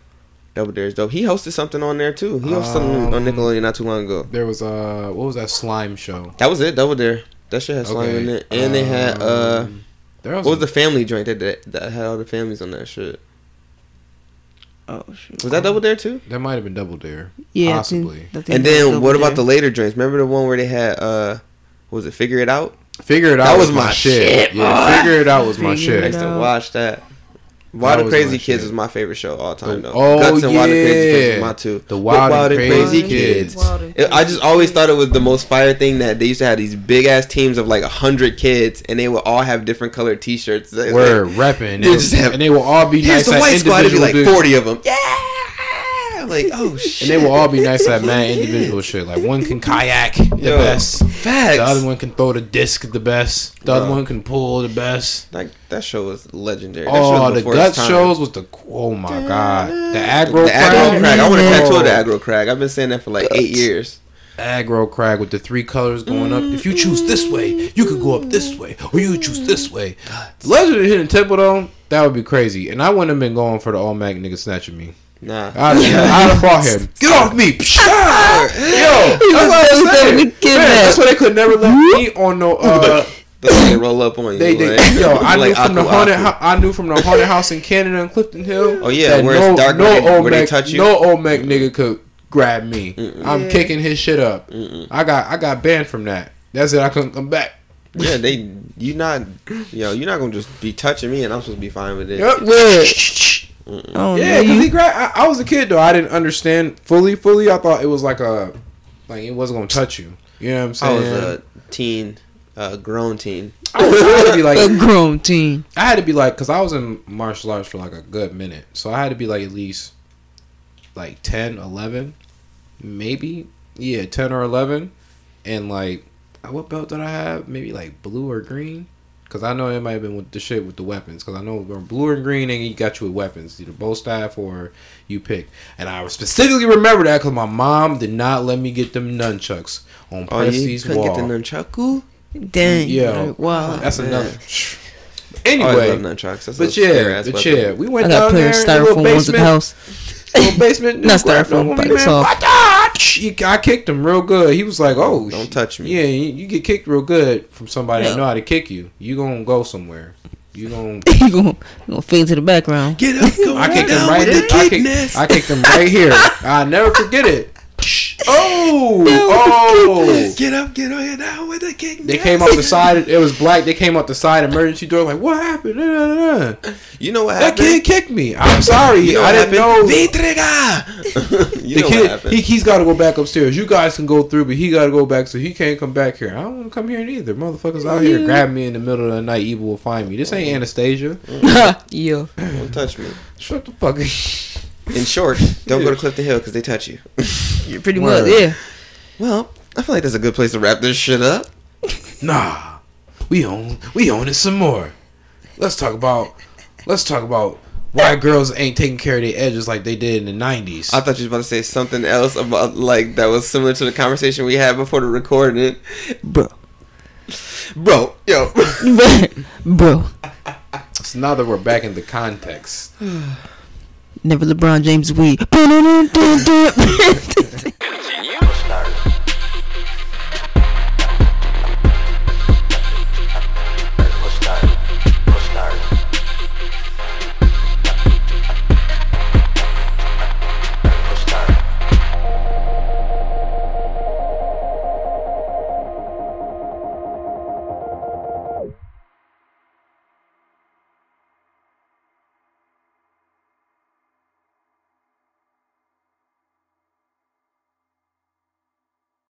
E: Double Dare's dope. He hosted something on there too. He hosted something on
C: Um,
E: Nickelodeon not too long ago.
C: There was uh, what was that slime show?
E: That was it. Double Dare. That shit had slime in it, and they had uh,
C: um, There
E: what was the family joint that, that that had all the families on that shit?
D: Oh shoot.
E: Was that Double Dare too?
C: That might have been Double Dare.
D: Yeah. I think-
C: possibly.
D: I think
E: And
D: that was
E: then
D: over
E: what about
D: there.
E: the later joints? Remember the one where they had uh, what was it Figure It Out?
C: Figure it
E: That
C: out
E: was
C: was
E: my
C: my shit.
E: shit,
C: Yeah, figure it out was my
D: Figure It
E: I
C: shit.
E: used to
D: No.
E: watch that. Wild
C: That
E: and
C: was
E: Crazy
C: my
E: Kids
C: shit.
E: was my favorite show of all time though.
C: Oh,
E: Guts and Wild and Crazy Kids was
C: yeah.
E: my two.
C: The
E: But
C: Wild and Crazy Kids.
D: Wild and
E: It- I
D: Crazy
E: just always
D: Kids.
E: thought it was the most fire thing that they used to have these big ass teams of like a hundred kids and they would all have different colored T shirts.
C: Were repping.
E: They just have-
C: and they will all be
E: Here's
C: nice
E: the
C: at
E: white squad. It'd be
C: individual
E: like
C: dudes.
E: forty of them. Yeah. I'm Like oh shit.
C: And they will all be nice at mad individual shit. Like one can kayak the
E: Yo,
C: best.
E: Facts.
C: The other one can throw the disc the best. The other
E: Bro.
C: one can pull the best.
E: Like that show was legendary. That show
C: Oh,
E: was
C: the
E: before
C: gut
E: its time.
C: shows was the oh my god. The aggro
E: The aggro
C: crag.
E: crack. I want to
D: Yeah.
E: tattoo of the aggro crack. I've been saying that for like eight years.
C: aggro crag with the three colors going up. If you choose this way, you could go up this way, or you could choose this way. Legend of the Hidden Temple though, that would be crazy. And I wouldn't have been going for the all mag nigga snatching me.
E: Nah.
C: I'd, I'd have fought him. Get off me! Yo,
D: He was
C: that's what I'm
D: always
C: saying.
D: the kid
C: Man,
D: that-
C: that's why they could never let me on no. Uh,
E: they roll up on you.
C: they, they,
E: like-
C: yo, I knew
E: eh? like
C: from the
E: Aku
C: haunted,
E: Aku.
C: hou- I knew from the haunted house in Canada and Clifton Hill.
E: Oh, yeah, where it's dark where they- where they
C: Olmec-
E: touch you.
C: No Olmec nigga could grab me. I'm kicking his shit up. I got, I got banned from that. That's it. I couldn't come back.
E: Yeah, they. You not. Yo, you're not gonna just be touching me, and I'm supposed to be fine with it.
C: Yep.
D: I don't
C: Yeah,
D: know.
C: because he grabbed. I, I was a kid though. I didn't understand fully. Fully, I thought it was like a, like it wasn't gonna touch you. You know what I'm
E: I
C: saying?
E: was uh, a teen, a grown teen.
C: I was- I had to be like,
D: a grown teen.
C: I had to be like, because I was in martial arts for like a good minute. So I had to be like at least like 10, 11, maybe. Yeah, 10 or 11. And like, uh, what belt did I have? Maybe like blue or green? Because I know it might have been with the shit with the weapons. Because I know when blue and green, and you got you with weapons, either bow staff or you pick. And I specifically remember that because my mom did not let me get them nunchucks on
E: Oh, you
C: Presti's
E: couldn't
C: wall.
E: get the nunchaku.
D: Dang.
C: Yeah.
D: like, wow.
C: That's
E: man.
C: another.
E: I always
C: Anyway,
E: Oh, love nunchucks. That's a
C: but
E: scary
C: yeah,
E: ass
C: but
E: weapon.
C: yeah, we
D: I
C: went
D: got
C: down
D: a pair
C: there
D: of
C: in the little
D: styrofoam ones at the
C: basement.
D: house.
E: Little basement.
D: Not
E: didn't grab
D: styrofoam, but
E: nobody, man.
D: it's all-
E: What?
C: He, I kicked him real good. He was like, "Oh,
E: Don't
C: sh-
E: touch me.
C: Yeah, you, you get kicked real good from somebody
D: Yeah.
C: that know how to kick you. You gonna go somewhere. You gonna.
D: you gonna, you gonna fade to the background.
E: Get up, go
C: I
E: right
C: kicked him
E: down
C: right.
E: with
C: Here.
E: the
C: I,
E: kid
C: kicked, I kicked him right here. I never forget it. Oh,
E: nest.
C: oh.
E: Get up, get on down with the kick.
C: They
E: nest.
C: came up the side. It was black. They came up the side emergency door. Like, what happened? Da, da, da, da.
E: You know what
C: That
E: happened?
C: kid kicked me. I'm sorry.
E: You know
C: I
E: what
C: didn't know.
E: happened? Vitrega. you
C: the
E: know what
C: kid,
E: happened?
C: he, he's got to go back upstairs. You guys can go through, but he got to go back, so he can't come back here. I don't want to come here neither. Motherfuckers out
E: Mm.
C: here grab me in the middle of the night. Evil will find me. This ain't Anastasia.
D: yeah.
E: Don't touch me.
C: Shut the fuck up.
E: In short, don't go to Clifton Hill because they touch you.
D: You pretty
C: Word.
D: much, yeah.
E: Well, I feel like that's a good place to wrap this shit up.
C: Nah, we own we own it some more. Let's talk about let's talk about why girls ain't taking care of their edges like they did in the nineties.
E: I thought you was about to say something else about like that was similar to the conversation we had before the recording, bro. Bro, yo,
D: Bro,
C: So now that we're back in the context,
D: never LeBron James weed.